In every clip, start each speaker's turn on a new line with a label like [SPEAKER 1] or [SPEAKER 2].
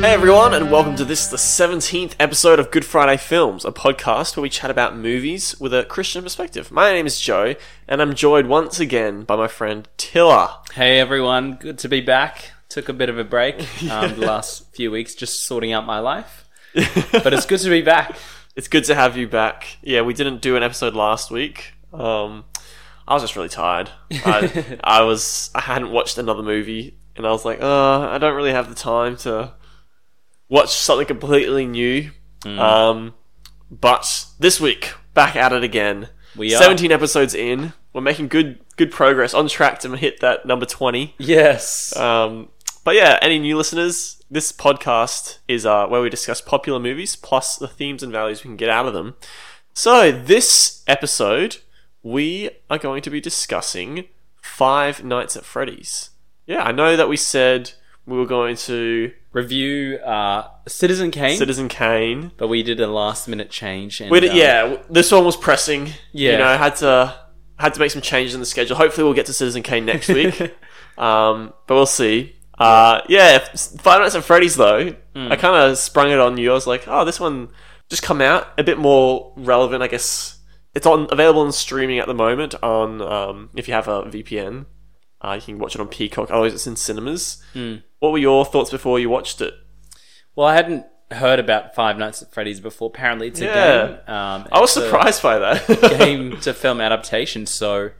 [SPEAKER 1] Hey everyone, and welcome to this, the 17th episode of Good Friday Films, a podcast where we chat about movies with a Christian perspective. My name is Joe, and I'm joined once again by my friend Tilla.
[SPEAKER 2] Hey everyone, good to be back. Took a bit of a break um, the last few weeks, just sorting out my life. But it's good to be back.
[SPEAKER 1] It's good to have you back. Yeah, we didn't do an episode last week. Um, I was just really tired. I, I was I hadn't watched another movie, and I was like, uh, I don't really have the time to watch something completely new.
[SPEAKER 2] Hmm.
[SPEAKER 1] Um, but this week, back at it again.
[SPEAKER 2] We are.
[SPEAKER 1] 17 episodes in. We're making good good progress, on track to hit that number 20.
[SPEAKER 2] Yes.
[SPEAKER 1] Um, but yeah, any new listeners, this podcast is uh, where we discuss popular movies plus the themes and values we can get out of them. So this episode, we are going to be discussing Five Nights at Freddy's. Yeah, I know that we said we were going to
[SPEAKER 2] Review uh, Citizen Kane,
[SPEAKER 1] Citizen Kane.
[SPEAKER 2] but we did a last minute change. And,
[SPEAKER 1] We did,
[SPEAKER 2] uh,
[SPEAKER 1] yeah, w- this one was pressing.
[SPEAKER 2] Yeah.
[SPEAKER 1] you know, had to had to make some changes in the schedule. Hopefully, we'll get to Citizen Kane next week. Um, but we'll see. Uh, yeah, if- Five Nights at Freddy's though,
[SPEAKER 2] Hmm.
[SPEAKER 1] I kind of sprung it on you. I was like, oh, this one just come out a bit more relevant, I guess. It's on available on streaming at the moment. On um, if you have a VPN, uh, you can watch it on Peacock. Otherwise, it's in cinemas.
[SPEAKER 2] Hmm.
[SPEAKER 1] What were your thoughts before you watched it?
[SPEAKER 2] well, I hadn't heard about Five Nights at Freddy's before. Apparently, it's a
[SPEAKER 1] Yeah.
[SPEAKER 2] game. Um,
[SPEAKER 1] I was
[SPEAKER 2] it's a
[SPEAKER 1] surprised by that.
[SPEAKER 2] game to film adaptation, so.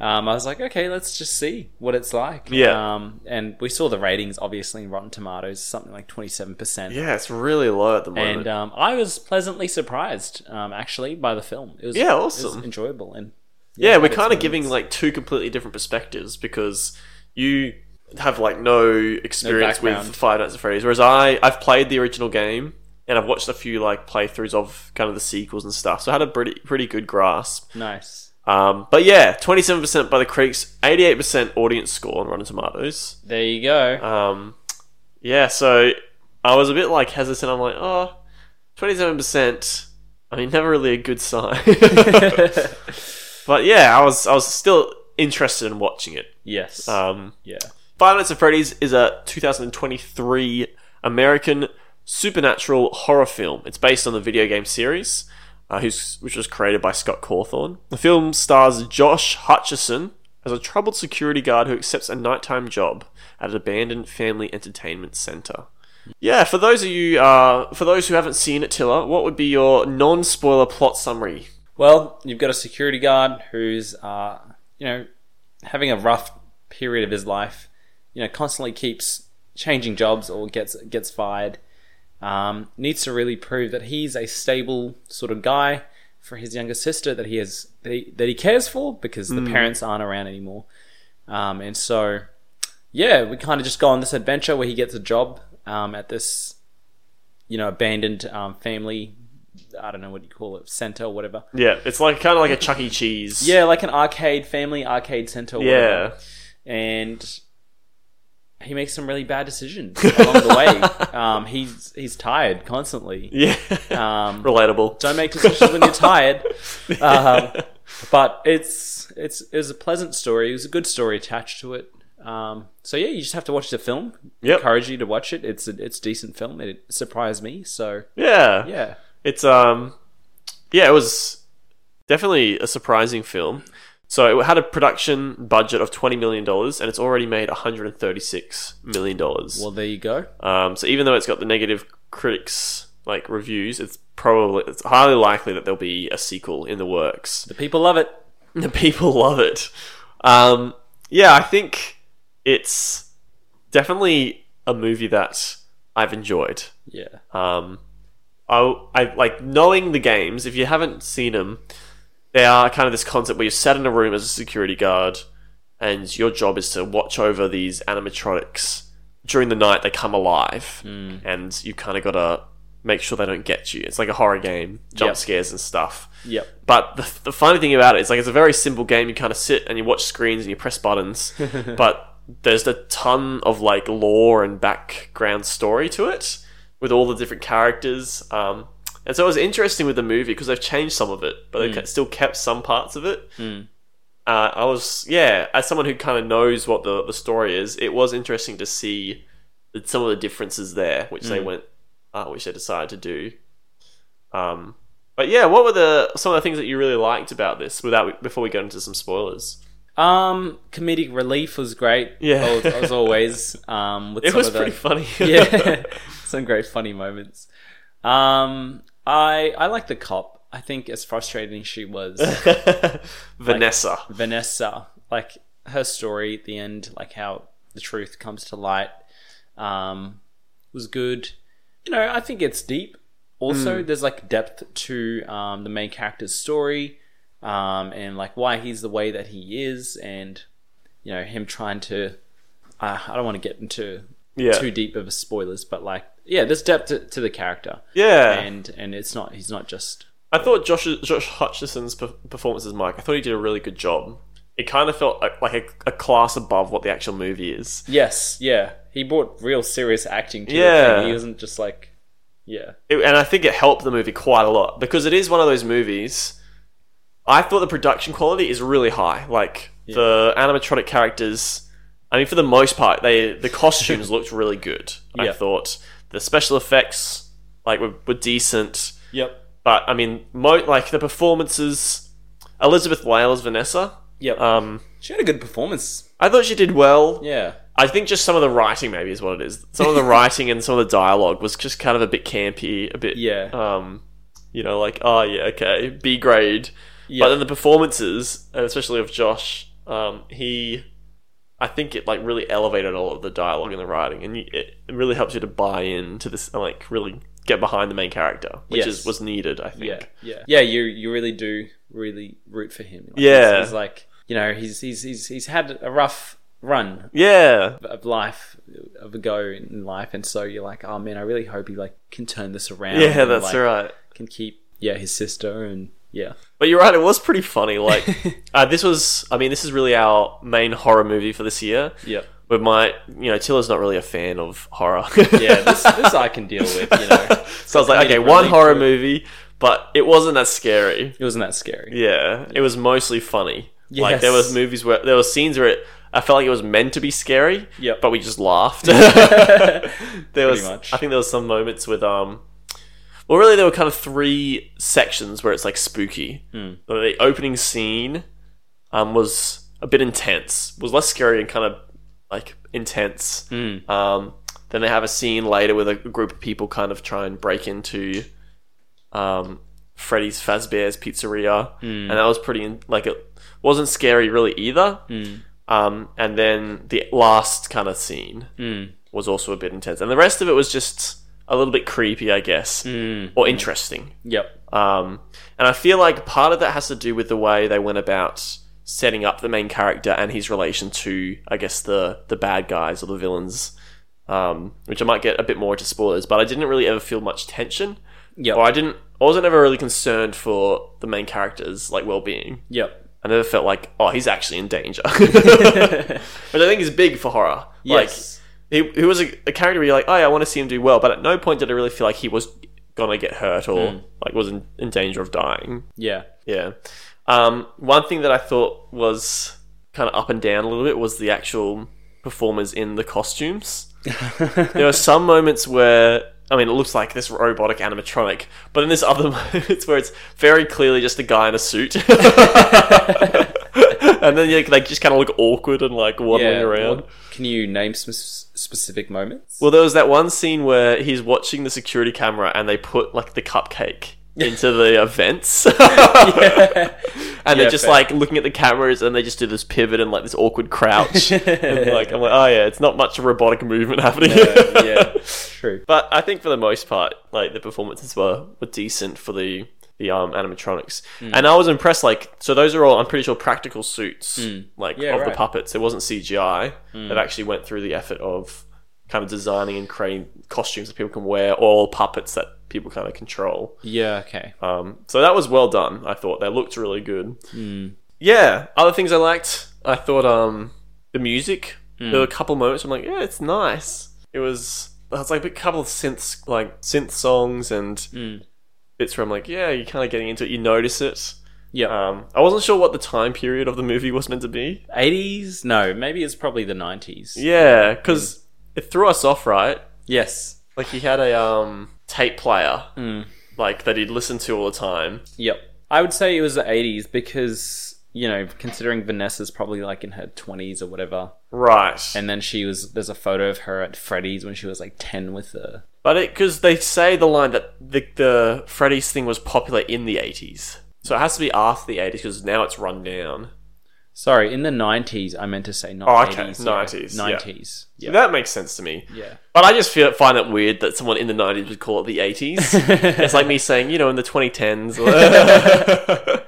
[SPEAKER 2] Um, I was like, okay, let's just see what it's like.
[SPEAKER 1] Yeah.
[SPEAKER 2] Um, and we saw the ratings, obviously, in Rotten Tomatoes, something like twenty-seven percent.
[SPEAKER 1] yeah, it's really low at the moment.
[SPEAKER 2] and um, I was pleasantly surprised, um, actually, by the film. It was
[SPEAKER 1] Yeah,
[SPEAKER 2] it was
[SPEAKER 1] awesome.
[SPEAKER 2] enjoyable, and
[SPEAKER 1] yeah, we're
[SPEAKER 2] it's
[SPEAKER 1] kind of
[SPEAKER 2] moments.
[SPEAKER 1] giving like two completely different perspectives because you have like no experience with
[SPEAKER 2] background.
[SPEAKER 1] Five Nights at Freddy's, whereas I I've played the original game and I've watched a few like playthroughs of kind of the sequels and stuff, so I had a pretty pretty good grasp.
[SPEAKER 2] nice.
[SPEAKER 1] Um, but yeah, twenty seven percent by the critics, eighty eight percent audience score on Rotten Tomatoes.
[SPEAKER 2] There you go.
[SPEAKER 1] Um, yeah, so I was a bit like hesitant. I'm like, oh, 27%. I mean, never really a good sign. but yeah, I was I was still interested in watching it.
[SPEAKER 2] yes.
[SPEAKER 1] Um,
[SPEAKER 2] yeah.
[SPEAKER 1] Five Nights at Freddy's is a 2023 American supernatural horror film. It's based on the video game series, uh, who's, which was created by Scott Cawthorne. The film stars Josh Hutcherson as a troubled security guard who accepts a nighttime job at an abandoned family entertainment center. Yeah, for those of you, uh, for those who haven't seen it, Tiller, what would be your non-spoiler plot summary?
[SPEAKER 2] Well, you've got a security guard who's, uh, you know, having a rough period of his life. You know, constantly keeps changing jobs or gets gets fired. Um, needs to really prove that he's a stable sort of guy for his younger sister that he has that he, that he cares for because the parents aren't around anymore. Um, and so, yeah, we kind of just go on this adventure where he gets a job um, at this, you know, abandoned um, family. I don't know what you call it, center or whatever.
[SPEAKER 1] Yeah, it's like kind of like a Chuck E. Cheese.
[SPEAKER 2] Yeah, like an arcade family arcade center.
[SPEAKER 1] yeah,
[SPEAKER 2] whatever. and he makes some really bad decisions along the way. Um, he's he's tired constantly.
[SPEAKER 1] yeah.
[SPEAKER 2] Um,
[SPEAKER 1] Relatable.
[SPEAKER 2] don't make decisions when you're tired. Um, but it's it's it was a pleasant story. It was a good story attached to it. Um, so yeah, you just have to watch the film.
[SPEAKER 1] Yep.
[SPEAKER 2] Encourage you to watch it. It's a it's a decent film. It surprised me. So
[SPEAKER 1] Yeah.
[SPEAKER 2] yeah,
[SPEAKER 1] It's um, yeah, it was definitely a surprising film. So it had a production budget of twenty million dollars, and it's already made one hundred and thirty-six million dollars.
[SPEAKER 2] well there you go.
[SPEAKER 1] Um, so even though it's got the negative critics like reviews, it's probably it's highly likely that there'll be a sequel in the works.
[SPEAKER 2] The people love it.
[SPEAKER 1] The people love it. Um, yeah, I think it's definitely a movie that I've enjoyed.
[SPEAKER 2] Yeah.
[SPEAKER 1] Um, I, I like knowing the games. If you haven't seen them, they are kind of this concept where you're sat in a room as a security guard, and your job is to watch over these animatronics. During the night, they come alive, and you kind of gotta make sure they don't get you. It's like a horror game, jump
[SPEAKER 2] Yep.
[SPEAKER 1] scares and stuff.
[SPEAKER 2] Yep.
[SPEAKER 1] But the, the funny thing about it is, like, it's a very simple game. You kind of sit and you watch screens and you press buttons, but there's a ton of like lore and background story to it with all the different characters. Um, and so it was interesting with the movie because they've changed some of it, but they've ke- still kept some parts of it. Uh, I was, yeah, as someone who kind of knows what the, the story is, it was interesting to see some of the differences there, which they went, uh, which they decided to do. Um, but yeah, what were the some of the things that you really liked about this? Without before we go into some spoilers,
[SPEAKER 2] Um, comedic relief was great.
[SPEAKER 1] Yeah.
[SPEAKER 2] as, as always. Um, with
[SPEAKER 1] it
[SPEAKER 2] some
[SPEAKER 1] was
[SPEAKER 2] of the,
[SPEAKER 1] pretty funny.
[SPEAKER 2] yeah, some great funny moments. Um, I I like the cop. I think as frustrating she was,
[SPEAKER 1] Vanessa.
[SPEAKER 2] Vanessa, like her story at the end, like how the truth comes to light, um, was good. You know, I think it's deep.
[SPEAKER 1] Hmm.
[SPEAKER 2] Also, there's like depth to um, the main character's story, um, and like why he's the way that he is, and you know him trying to. Uh, I don't want to get into
[SPEAKER 1] yeah,
[SPEAKER 2] too deep of a spoilers, but like yeah, there's depth to, to the character,
[SPEAKER 1] yeah.
[SPEAKER 2] and and it's not he's not just
[SPEAKER 1] I thought Josh Josh Hutchison's per- performance as Mike. I thought he did a really good job. It kind of felt like- like a, a class above what the actual movie is.
[SPEAKER 2] Yes, yeah. He brought real serious acting to
[SPEAKER 1] Yeah.
[SPEAKER 2] yeah. He wasn't just like, yeah.
[SPEAKER 1] It- and I think it helped the movie quite a lot because it is one of those movies. I thought the production quality is really high. Like the animatronic characters, I mean, for the most part, they the costumes looked really good. I
[SPEAKER 2] Yeah.
[SPEAKER 1] thought the special effects like were, were decent,
[SPEAKER 2] Yep.
[SPEAKER 1] but I mean, mo- like the performances. Elizabeth Whale as Vanessa.
[SPEAKER 2] Yep.
[SPEAKER 1] Um,
[SPEAKER 2] she had a good performance.
[SPEAKER 1] I thought she did well.
[SPEAKER 2] Yeah.
[SPEAKER 1] I think just some of the writing maybe is what it is. Some of the writing and some of the dialogue was just kind of a bit campy, a bit
[SPEAKER 2] Yeah.
[SPEAKER 1] um, you know, like oh yeah, okay, B grade. But
[SPEAKER 2] Yeah.
[SPEAKER 1] then the performances, and especially of Josh, um, he, I think it like really elevated all of the dialogue and the writing, and you, it it really helps you to buy in to this and like really get behind the main character, which is
[SPEAKER 2] Yes.
[SPEAKER 1] was needed, I think.
[SPEAKER 2] Yeah. Yeah. Yeah, you you really do really root for him. Like,
[SPEAKER 1] Yeah.
[SPEAKER 2] He's, he's like, you know, he's he's he's he's had a rough run
[SPEAKER 1] Yeah,
[SPEAKER 2] of life of a go in life and so you're like, oh man, I really hope he like can turn this around.
[SPEAKER 1] yeah,
[SPEAKER 2] and,
[SPEAKER 1] that's
[SPEAKER 2] like,
[SPEAKER 1] right.
[SPEAKER 2] Can keep yeah, his sister and yeah.
[SPEAKER 1] But you're right, it was pretty funny. Like, uh, this was, I mean, this is really our main horror movie for this year.
[SPEAKER 2] Yep.
[SPEAKER 1] But my, you know, Tilla's not really a fan of horror.
[SPEAKER 2] Yeah, this this I can deal with, you know.
[SPEAKER 1] so I was like, okay,
[SPEAKER 2] comedic
[SPEAKER 1] one
[SPEAKER 2] relief
[SPEAKER 1] horror
[SPEAKER 2] to it.
[SPEAKER 1] movie, but it wasn't that scary.
[SPEAKER 2] It wasn't that scary.
[SPEAKER 1] Yeah, it was mostly funny. Like
[SPEAKER 2] Yes.
[SPEAKER 1] there was movies where there were scenes where it, I felt like it was meant to be scary.
[SPEAKER 2] Yep.
[SPEAKER 1] but we just laughed. there was,
[SPEAKER 2] much.
[SPEAKER 1] I think there was some moments with um. Well, really, there were kind of three sections where it's like spooky. The opening scene, um, was a bit intense. Was less scary and kind of like intense. Um, then they have a scene later with a group of people kind of try and break into um, Freddy's Fazbear's Pizzeria, and that was pretty in- like it wasn't scary really either. Um, and then the last kind of scene was also a bit intense, and the rest of it was just a little bit creepy, I guess,
[SPEAKER 2] Hmm.
[SPEAKER 1] or interesting.
[SPEAKER 2] Yep.
[SPEAKER 1] Um, and I feel like part of that has to do with the way they went about setting up the main character and his relation to, I guess, the the bad guys or the villains. Um, which I might get a bit more into spoilers, but I didn't really ever feel much tension,
[SPEAKER 2] Yep.
[SPEAKER 1] or I didn't. I wasn't ever really concerned for the main character's like well being.
[SPEAKER 2] Yep.
[SPEAKER 1] I never felt like, oh, he's actually in danger, which I think is big for horror.
[SPEAKER 2] Yes.
[SPEAKER 1] Like, he, he was a, a character where you're like, oh, yeah, I want to see him do well, but at no point did I really feel like he was gonna get hurt or like was in, in danger of dying.
[SPEAKER 2] yeah.
[SPEAKER 1] Yeah. Um, one thing that I thought was kind of up and down a little bit was the actual performers in the costumes. there are some moments where I mean, it looks like this robotic animatronic, but in this other moments where it's very clearly just a guy in a suit, and then you, they just kind of look awkward and like waddling
[SPEAKER 2] Yeah,
[SPEAKER 1] around.
[SPEAKER 2] what- can you name some s- specific moments?
[SPEAKER 1] Well, there was that one scene where he's watching the security camera and they put like the cupcake into the events. And they're
[SPEAKER 2] Yeah,
[SPEAKER 1] just
[SPEAKER 2] fair.
[SPEAKER 1] like looking at the cameras and they just do this pivot and like this awkward crouch. and, like I'm like, oh yeah, it's not much robotic movement happening.
[SPEAKER 2] Uh, yeah, true.
[SPEAKER 1] But I think for the most part, like the performances were, were decent for the the um, animatronics,
[SPEAKER 2] Hmm.
[SPEAKER 1] and I was impressed. Like, so those are all I'm pretty sure practical suits, like
[SPEAKER 2] Hmm. Yeah,
[SPEAKER 1] of the
[SPEAKER 2] right. Hmm.
[SPEAKER 1] puppets. It wasn't CGI. They've actually went through the effort of kind of designing and creating costumes that people can wear, all puppets that people kind of control.
[SPEAKER 2] Yeah, okay.
[SPEAKER 1] Um, so that was well done. I thought they looked really good. Yeah. Other things I liked, I thought um, the music. There were a couple moments I'm like, yeah, it's nice. It was. It's like a couple of synth like synth songs and bits where I'm like, yeah, you're kind of getting into it. You notice it.
[SPEAKER 2] Yeah,
[SPEAKER 1] Um, I wasn't sure what the time period of the movie was meant to be.
[SPEAKER 2] eighties? no, maybe it's probably the nineties.
[SPEAKER 1] Yeah, because it threw us off, right?
[SPEAKER 2] Yes.
[SPEAKER 1] Like he had a um tape player, like that he'd listen to all the time.
[SPEAKER 2] Yep. I would say it was the 80s because, you know, considering Vanessa's probably like in her 20s or whatever.
[SPEAKER 1] Right.
[SPEAKER 2] And then she was, there's a photo of her at Freddy's when she was like 10 with the.
[SPEAKER 1] But it because they say the line that the the Freddy's thing was popular in the eighties, so it has to be after the eighties because now it's run down.
[SPEAKER 2] Sorry, in the 90s, I meant to say not
[SPEAKER 1] Oh, okay,
[SPEAKER 2] 80s. sorry.
[SPEAKER 1] 90s, yeah.
[SPEAKER 2] 90s. Yeah.
[SPEAKER 1] That makes sense to me.
[SPEAKER 2] Yeah.
[SPEAKER 1] But I just feel find it weird that someone in the nineties would call it the eighties. it's like me saying, you know, in the twenty tens,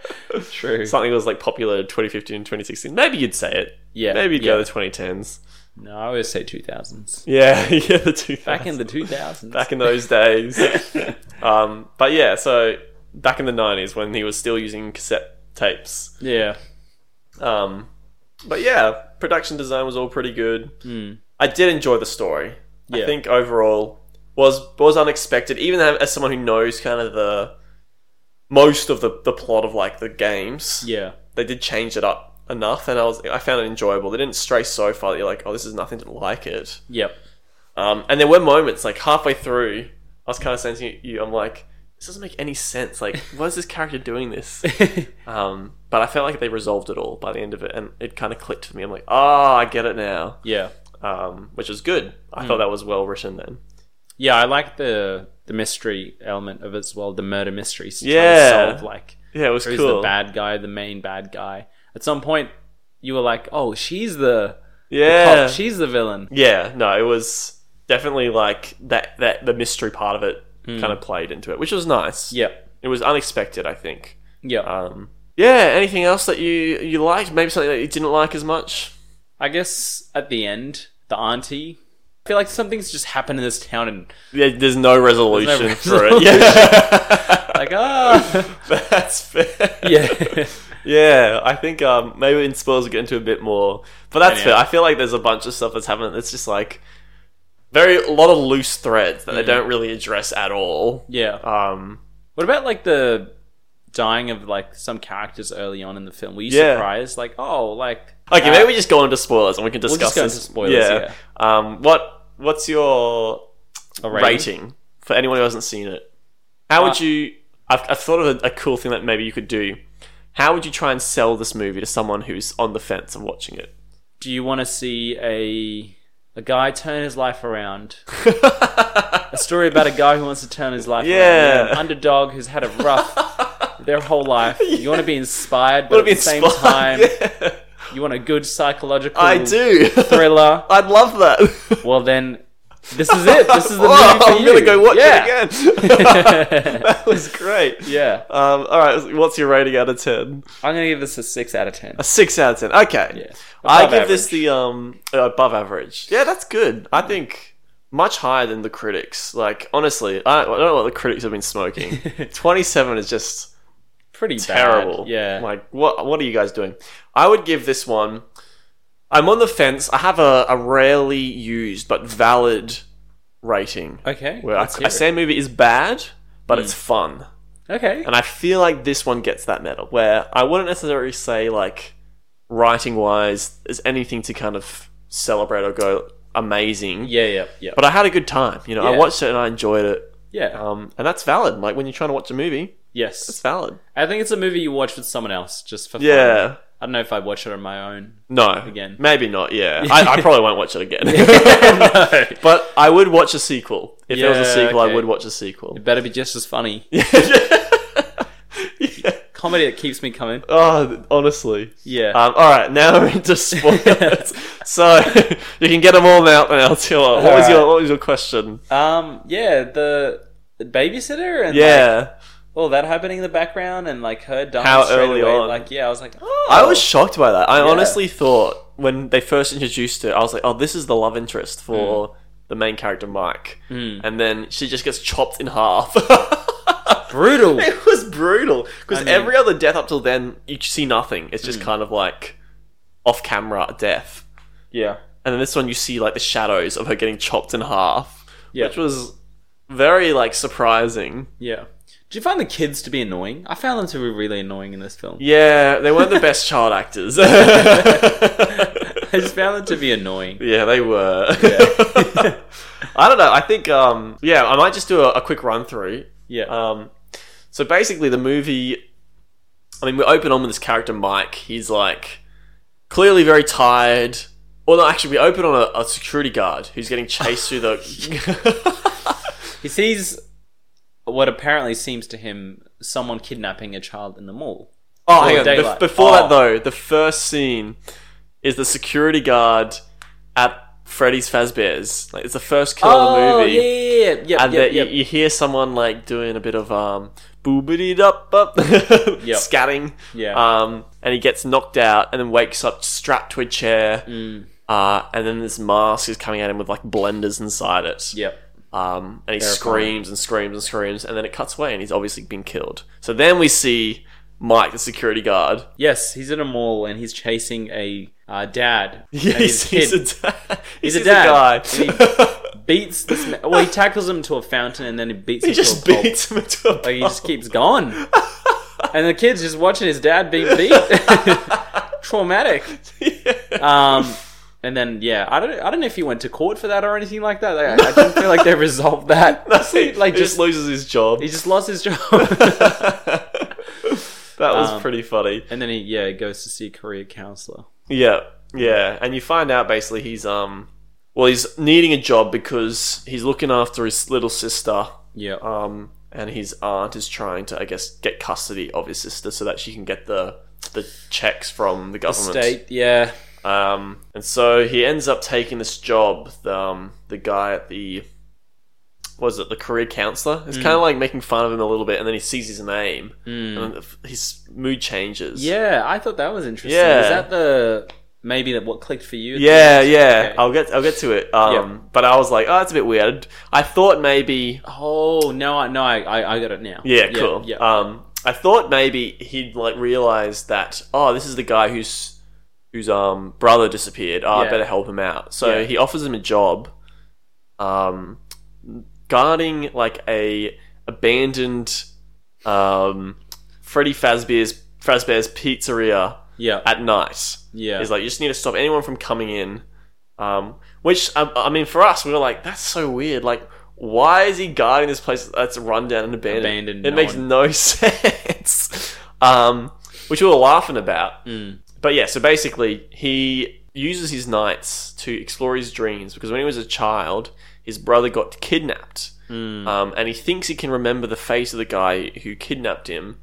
[SPEAKER 2] True.
[SPEAKER 1] something was like popular in 2015, 2016. Maybe you'd say it.
[SPEAKER 2] Yeah,
[SPEAKER 1] Maybe you'd
[SPEAKER 2] yeah.
[SPEAKER 1] go the twenty tens.
[SPEAKER 2] No, I always say 2000s.
[SPEAKER 1] Yeah, yeah, the two
[SPEAKER 2] Back in the 2000s.
[SPEAKER 1] back in those days. um, but yeah, so back in the nineties when he was still using cassette tapes.
[SPEAKER 2] yeah.
[SPEAKER 1] Um, but yeah, production design was all pretty good. I did enjoy the story. I
[SPEAKER 2] Hmm. Yeah.
[SPEAKER 1] think overall was was unexpected, even as someone who knows kind of the most of the, the plot of like the games.
[SPEAKER 2] Yeah.
[SPEAKER 1] They did change it up enough, and I was I found it enjoyable. They didn't stray so far that you're like, oh, this is nothing to like it.
[SPEAKER 2] Yep.
[SPEAKER 1] Um, and there were moments like halfway through, I was kind of saying to you, I'm like, this doesn't make any sense. Like, why is this character doing this? Um, but I felt like they resolved it all by the end of it, and it kind of clicked for me. I'm like, ah, I get it now,
[SPEAKER 2] yeah.
[SPEAKER 1] um, which is good. I thought that was well written then.
[SPEAKER 2] Yeah, I like the the mystery element of it as well. The murder mystery. trying to
[SPEAKER 1] Yeah.
[SPEAKER 2] solve, like
[SPEAKER 1] Yeah, it was
[SPEAKER 2] who's
[SPEAKER 1] cool.
[SPEAKER 2] the bad guy, the main bad guy. At some point, you were like, "Oh, she's the cop,
[SPEAKER 1] yeah,
[SPEAKER 2] she's the villain."
[SPEAKER 1] yeah. No, it was definitely like that. That the mystery part of it kind of played into it, which was nice.
[SPEAKER 2] Yep.
[SPEAKER 1] it was unexpected. I think.
[SPEAKER 2] Yep.
[SPEAKER 1] Um, yeah. Anything else that you you liked? Maybe something that you didn't like as much.
[SPEAKER 2] I guess at the end, the auntie. I feel like something's just happened in this town, and
[SPEAKER 1] Yeah, there's no resolution for it.
[SPEAKER 2] resolution.
[SPEAKER 1] Yeah,
[SPEAKER 2] like, ah,
[SPEAKER 1] that's fair.
[SPEAKER 2] yeah,
[SPEAKER 1] Yeah, I think um, maybe in spoilers we get into a bit more, but that's
[SPEAKER 2] Anyway.
[SPEAKER 1] fair. I feel like there's a bunch of stuff that's happening that's just like very a lot of loose threads
[SPEAKER 2] Mm.
[SPEAKER 1] that they don't really address at all.
[SPEAKER 2] yeah.
[SPEAKER 1] Um,
[SPEAKER 2] What about like the dying of like some characters early on in the film? Were you
[SPEAKER 1] Yeah.
[SPEAKER 2] surprised? Like, oh, like
[SPEAKER 1] okay,
[SPEAKER 2] uh,
[SPEAKER 1] maybe we just go into spoilers and we can discuss
[SPEAKER 2] just go
[SPEAKER 1] this.
[SPEAKER 2] into spoilers,
[SPEAKER 1] Um, what what's your
[SPEAKER 2] a
[SPEAKER 1] rating?
[SPEAKER 2] rating?
[SPEAKER 1] for anyone who hasn't seen it? How would
[SPEAKER 2] Uh,
[SPEAKER 1] you? I've, I've thought of a, a cool thing that maybe you could do. How would you try and sell this movie to someone who's on the fence and watching it?
[SPEAKER 2] do you want to see a a guy turn his life around? a story about a guy who wants to turn his life
[SPEAKER 1] Yeah.
[SPEAKER 2] around. An underdog who's had a rough their whole life. You want to be inspired, but
[SPEAKER 1] Would
[SPEAKER 2] at
[SPEAKER 1] it be
[SPEAKER 2] the same
[SPEAKER 1] inspired?
[SPEAKER 2] time,
[SPEAKER 1] Yeah.
[SPEAKER 2] you want a good psychological
[SPEAKER 1] I do.
[SPEAKER 2] thriller.
[SPEAKER 1] I'd love that.
[SPEAKER 2] Well, then this is it. This is the
[SPEAKER 1] Whoa,
[SPEAKER 2] movie for
[SPEAKER 1] Oh, I'm
[SPEAKER 2] you.
[SPEAKER 1] gonna go watch
[SPEAKER 2] yeah.
[SPEAKER 1] it again. that was great.
[SPEAKER 2] Yeah,
[SPEAKER 1] Um, all right. What's your rating out of ten?
[SPEAKER 2] I'm gonna give this a six out of ten.
[SPEAKER 1] A six out of ten. Okay.
[SPEAKER 2] Yeah.
[SPEAKER 1] I give
[SPEAKER 2] Above
[SPEAKER 1] this
[SPEAKER 2] average.
[SPEAKER 1] the um uh, above average. Yeah, that's good. I think much higher than the critics. Like honestly, I, I don't know what the critics have been smoking. Twenty seven is just
[SPEAKER 2] pretty
[SPEAKER 1] terrible.
[SPEAKER 2] Bad. Yeah,
[SPEAKER 1] Like what what are you guys doing? I would give this one I'm on the fence. I have a, a rarely used but valid rating.
[SPEAKER 2] okay.
[SPEAKER 1] Where I,
[SPEAKER 2] let's hear Hmm.
[SPEAKER 1] I say a movie is bad, but it's fun.
[SPEAKER 2] it. okay.
[SPEAKER 1] And I feel like this one gets that medal where I wouldn't necessarily say like writing wise there's anything to kind of celebrate or go amazing.
[SPEAKER 2] Yeah, yeah, yeah,
[SPEAKER 1] But I had a good time. You know, I
[SPEAKER 2] Yeah.
[SPEAKER 1] watched it and I enjoyed it.
[SPEAKER 2] yeah.
[SPEAKER 1] Um, and that's valid. Like when you're trying to watch a movie, it's
[SPEAKER 2] yes,
[SPEAKER 1] valid.
[SPEAKER 2] I think it's a movie you watch with someone else just for fun.
[SPEAKER 1] Yeah.
[SPEAKER 2] I don't know if I watch it on my own.
[SPEAKER 1] No.
[SPEAKER 2] Again.
[SPEAKER 1] Maybe not, yeah. I, I probably won't watch it again. But I would watch a sequel. If there was a
[SPEAKER 2] Yeah,
[SPEAKER 1] sequel, I
[SPEAKER 2] okay.
[SPEAKER 1] would watch a sequel.
[SPEAKER 2] It better be just as funny. Comedy that keeps me coming.
[SPEAKER 1] Oh, th- honestly.
[SPEAKER 2] Yeah.
[SPEAKER 1] Um, all right, now we're into spoilers. so you can get them all out now. Tila. What was
[SPEAKER 2] right.
[SPEAKER 1] your What was your question?
[SPEAKER 2] Um, yeah, the, the babysitter and like,
[SPEAKER 1] yeah,
[SPEAKER 2] all that happening in the background and like her dying
[SPEAKER 1] How
[SPEAKER 2] straight
[SPEAKER 1] early
[SPEAKER 2] away.
[SPEAKER 1] on.
[SPEAKER 2] Like, yeah, I was like, oh,
[SPEAKER 1] I was shocked by that. I
[SPEAKER 2] Yeah.
[SPEAKER 1] honestly thought when they first introduced her, I was like, "Oh, this is the love interest for
[SPEAKER 2] Hmm.
[SPEAKER 1] the main character, Mike," and then she just gets chopped in half.
[SPEAKER 2] brutal.
[SPEAKER 1] It was brutal because
[SPEAKER 2] I mean-
[SPEAKER 1] every other death up till then, you see nothing. It's
[SPEAKER 2] Hmm.
[SPEAKER 1] just kind of like off camera death,
[SPEAKER 2] yeah,
[SPEAKER 1] and then this one you see like the shadows of her getting chopped in half,
[SPEAKER 2] Yeah.
[SPEAKER 1] which was very like surprising.
[SPEAKER 2] yeah. Do you find the kids to be annoying? I found them to be really annoying in this film.
[SPEAKER 1] Yeah, they weren't the best child actors.
[SPEAKER 2] I just found them to be annoying.
[SPEAKER 1] yeah, they were.
[SPEAKER 2] Yeah.
[SPEAKER 1] I don't know. I think, um, yeah, I might just do a, a quick run through.
[SPEAKER 2] Yeah.
[SPEAKER 1] Um, so basically, the movie. I mean, we open on with this character Mike. He's like clearly very tired. Well, no, actually, we open on a, a security guard who's getting chased through the.
[SPEAKER 2] He sees what apparently seems to him someone kidnapping a child in the mall.
[SPEAKER 1] oh, hang
[SPEAKER 2] Or
[SPEAKER 1] on. Bef-
[SPEAKER 2] daylight.
[SPEAKER 1] before
[SPEAKER 2] Oh.
[SPEAKER 1] that, though, the first scene is the security guard at Freddy's Fazbear's. Like, it's the first kill of the movie.
[SPEAKER 2] Oh, yeah, yeah, yeah, yeah,
[SPEAKER 1] and
[SPEAKER 2] yeah,
[SPEAKER 1] that you, you hear someone like doing a bit of um boobity up up scatting
[SPEAKER 2] Yeah.
[SPEAKER 1] um and he gets knocked out and then wakes up strapped to a chair
[SPEAKER 2] Mm.
[SPEAKER 1] uh and then this mask is coming at him with like blenders inside it
[SPEAKER 2] Yep.
[SPEAKER 1] um and he
[SPEAKER 2] Terrifying.
[SPEAKER 1] screams and screams and screams and then it cuts away and he's obviously been killed so then we see Mike the security guard
[SPEAKER 2] Yes, he's in a mall and he's chasing a uh, dad.
[SPEAKER 1] yeah,
[SPEAKER 2] and his
[SPEAKER 1] he's, he's,
[SPEAKER 2] kid
[SPEAKER 1] a dad
[SPEAKER 2] He's a
[SPEAKER 1] sees
[SPEAKER 2] dad.
[SPEAKER 1] guy
[SPEAKER 2] beats this. Ma- well, he tackles him to a fountain and then he beats
[SPEAKER 1] he
[SPEAKER 2] him
[SPEAKER 1] just
[SPEAKER 2] to a pulp.
[SPEAKER 1] beats him into a
[SPEAKER 2] Like he just
[SPEAKER 1] pulp.
[SPEAKER 2] keeps going, and the kid's just watching his dad being beat. Traumatic.
[SPEAKER 1] Yeah.
[SPEAKER 2] Um, and then yeah, I don't, I don't know if he went to court for that or anything like that. Like, I, I didn't feel like they resolved that.
[SPEAKER 1] he,
[SPEAKER 2] like
[SPEAKER 1] just
[SPEAKER 2] just
[SPEAKER 1] loses his job.
[SPEAKER 2] he just lost his job.
[SPEAKER 1] that was
[SPEAKER 2] Um,
[SPEAKER 1] pretty funny.
[SPEAKER 2] and then he yeah goes to see a career counselor.
[SPEAKER 1] Yeah, yeah. And you find out basically he's um, well, he's needing a job because he's looking after his little sister.
[SPEAKER 2] Yeah,
[SPEAKER 1] Um, and his aunt is trying to, I guess, get custody of his sister so that she can get the the checks from the government.
[SPEAKER 2] state. Yeah,
[SPEAKER 1] Um, and so he ends up taking this job. The, um, the guy at the was it the career counselor?
[SPEAKER 2] Mm.
[SPEAKER 1] It's kind of like making fun of him a little bit, and then he sees his name, and then his mood changes.
[SPEAKER 2] yeah. I thought that was interesting.
[SPEAKER 1] Yeah.
[SPEAKER 2] Is that the maybe that what clicked for you?
[SPEAKER 1] yeah, yeah.
[SPEAKER 2] Okay.
[SPEAKER 1] I'll get, I'll get to it. Um, but I was like, oh, it's a bit weird. I thought maybe,
[SPEAKER 2] Oh no, I no, I, I, I got it now.
[SPEAKER 1] yeah, cool.
[SPEAKER 2] Yeah.
[SPEAKER 1] Um, I thought maybe he'd like realize that, oh, this is the guy who's whose um brother disappeared. Oh, I
[SPEAKER 2] Yeah.
[SPEAKER 1] better help him out. So
[SPEAKER 2] Yeah.
[SPEAKER 1] he offers him a job, um, guarding like a abandoned, um, Freddy Fazbear's Fazbear's pizzeria
[SPEAKER 2] yeah.
[SPEAKER 1] at night.
[SPEAKER 2] yeah.
[SPEAKER 1] Is like you just need to stop anyone from coming in. Um, which I, I mean, for us, we were like, that's so weird. Like, why is he guarding this place that's run down and abandoned?
[SPEAKER 2] Abandoned,
[SPEAKER 1] it
[SPEAKER 2] no
[SPEAKER 1] makes
[SPEAKER 2] one-
[SPEAKER 1] no sense. Um, which we were laughing about.
[SPEAKER 2] Hmm.
[SPEAKER 1] But yeah, so basically, he uses his nights to explore his dreams because when he was a child, his brother got kidnapped.
[SPEAKER 2] Hmm.
[SPEAKER 1] Um, and he thinks he can remember the face of the guy who kidnapped him.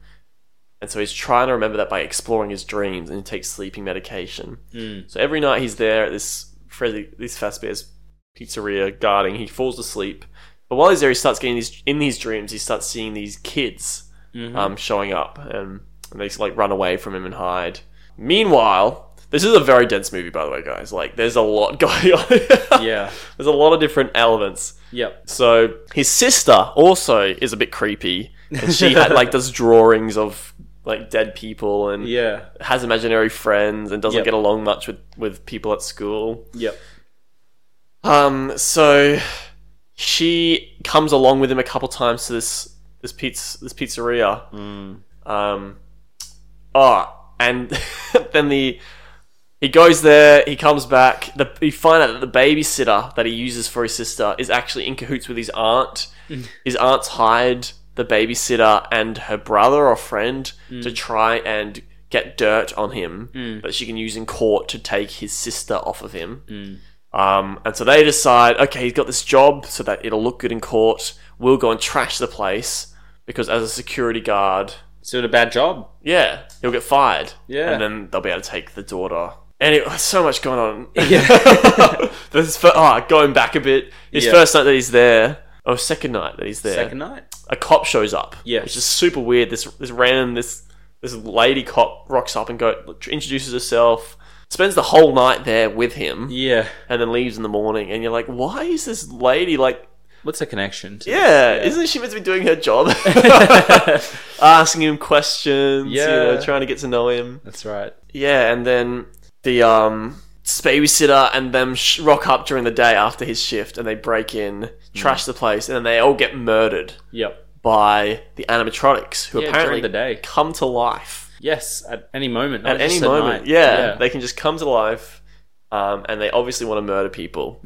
[SPEAKER 1] And so he's trying to remember that by exploring his dreams and he takes sleeping medication. So every night he's there at this Freddy, this Fazbear's pizzeria guarding. He falls asleep, but while he's there, he starts getting these in these dreams. He starts seeing these kids
[SPEAKER 2] Mm-hmm.
[SPEAKER 1] um, showing up, and, and they like run away from him and hide. Meanwhile, this is a very dense movie, by the way, guys. Like, there's a lot going on.
[SPEAKER 2] yeah.
[SPEAKER 1] there's a lot of different elements.
[SPEAKER 2] Yep.
[SPEAKER 1] So his sister also is a bit creepy, and she had, like does drawings of like dead people and
[SPEAKER 2] Yeah.
[SPEAKER 1] has imaginary friends and doesn't
[SPEAKER 2] Yep.
[SPEAKER 1] get along much with, with people at school.
[SPEAKER 2] Yep.
[SPEAKER 1] Um, so she comes along with him a couple times to this this pizza this pizzeria. Um, oh, and then the he goes there. He comes back. The, we find out that the babysitter that he uses for his sister is actually in cahoots with his aunt. his aunt's hired the babysitter and her brother or friend to try and get dirt on him that she can use in court to take his sister off of him. Um, and so they decide, okay, he's got this job so that it'll look good in court. We'll go and trash the place because as a security guard,
[SPEAKER 2] He's doing a bad job.
[SPEAKER 1] yeah, he'll get fired.
[SPEAKER 2] Yeah.
[SPEAKER 1] And then they'll be able to take the daughter. Anyway, so much going on.
[SPEAKER 2] Yeah.
[SPEAKER 1] this is fir- oh, going back a bit. His
[SPEAKER 2] Yeah.
[SPEAKER 1] first night that he's there, or second night that he's there,
[SPEAKER 2] Second night.
[SPEAKER 1] a cop shows up.
[SPEAKER 2] Yes.
[SPEAKER 1] Which is super weird. This this random this this lady cop rocks up and go introduces herself, spends the whole night there with him,
[SPEAKER 2] Yeah.
[SPEAKER 1] and then leaves in the morning. And you're like, why is this lady like
[SPEAKER 2] What's the connection? To
[SPEAKER 1] yeah, isn't she meant to be doing her job? Asking him questions, you know,
[SPEAKER 2] Yeah.
[SPEAKER 1] trying to get to know him.
[SPEAKER 2] That's right.
[SPEAKER 1] Yeah, and then the um babysitter and them sh- rock up during the day after his shift, and they break in,
[SPEAKER 2] Hmm.
[SPEAKER 1] trash the place, and then they all get murdered
[SPEAKER 2] Yep.
[SPEAKER 1] by the animatronics, who
[SPEAKER 2] Yeah,
[SPEAKER 1] apparently
[SPEAKER 2] during the day.
[SPEAKER 1] come to life
[SPEAKER 2] Yes. At any moment.
[SPEAKER 1] at any moment. Yeah, they can just come to life, um, and they obviously want to murder people.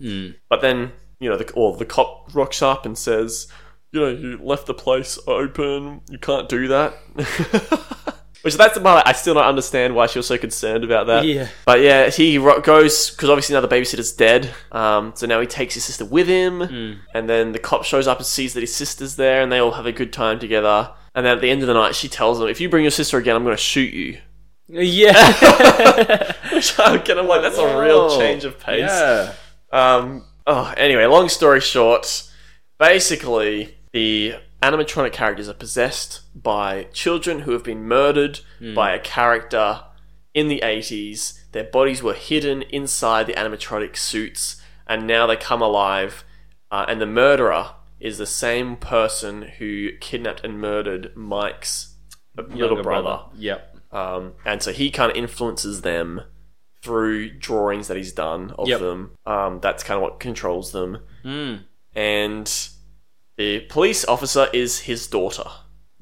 [SPEAKER 1] But then you know, the, or the cop rocks up and says, you know, you left the place open. You can't do that. Which that's the part I still don't understand why she was so concerned about that.
[SPEAKER 2] Yeah.
[SPEAKER 1] But yeah, he ro- goes because obviously now the babysitter's dead. Um, so now he takes his sister with him, and then the cop shows up and sees that his sister's there, and they all have a good time together. And then at the end of the night, she tells him, "If you bring your sister again, I'm going to shoot you."
[SPEAKER 2] Yeah.
[SPEAKER 1] Which I'm kind of like, Oh, that's a real change of pace.
[SPEAKER 2] Yeah.
[SPEAKER 1] Um, oh, anyway, long story short, basically the animatronic characters are possessed by children who have been murdered
[SPEAKER 2] Hmm.
[SPEAKER 1] by a character in the 80s. Their bodies were hidden inside the animatronic suits, and now they come alive. Uh, and the murderer is the same person who kidnapped and murdered Mike's little
[SPEAKER 2] Younger
[SPEAKER 1] brother.
[SPEAKER 2] Yep.
[SPEAKER 1] Um, and so he kind of influences them through drawings that he's done of
[SPEAKER 2] Yep.
[SPEAKER 1] them. Um, that's kind of what controls them.
[SPEAKER 2] Mm.
[SPEAKER 1] And the police officer is his daughter.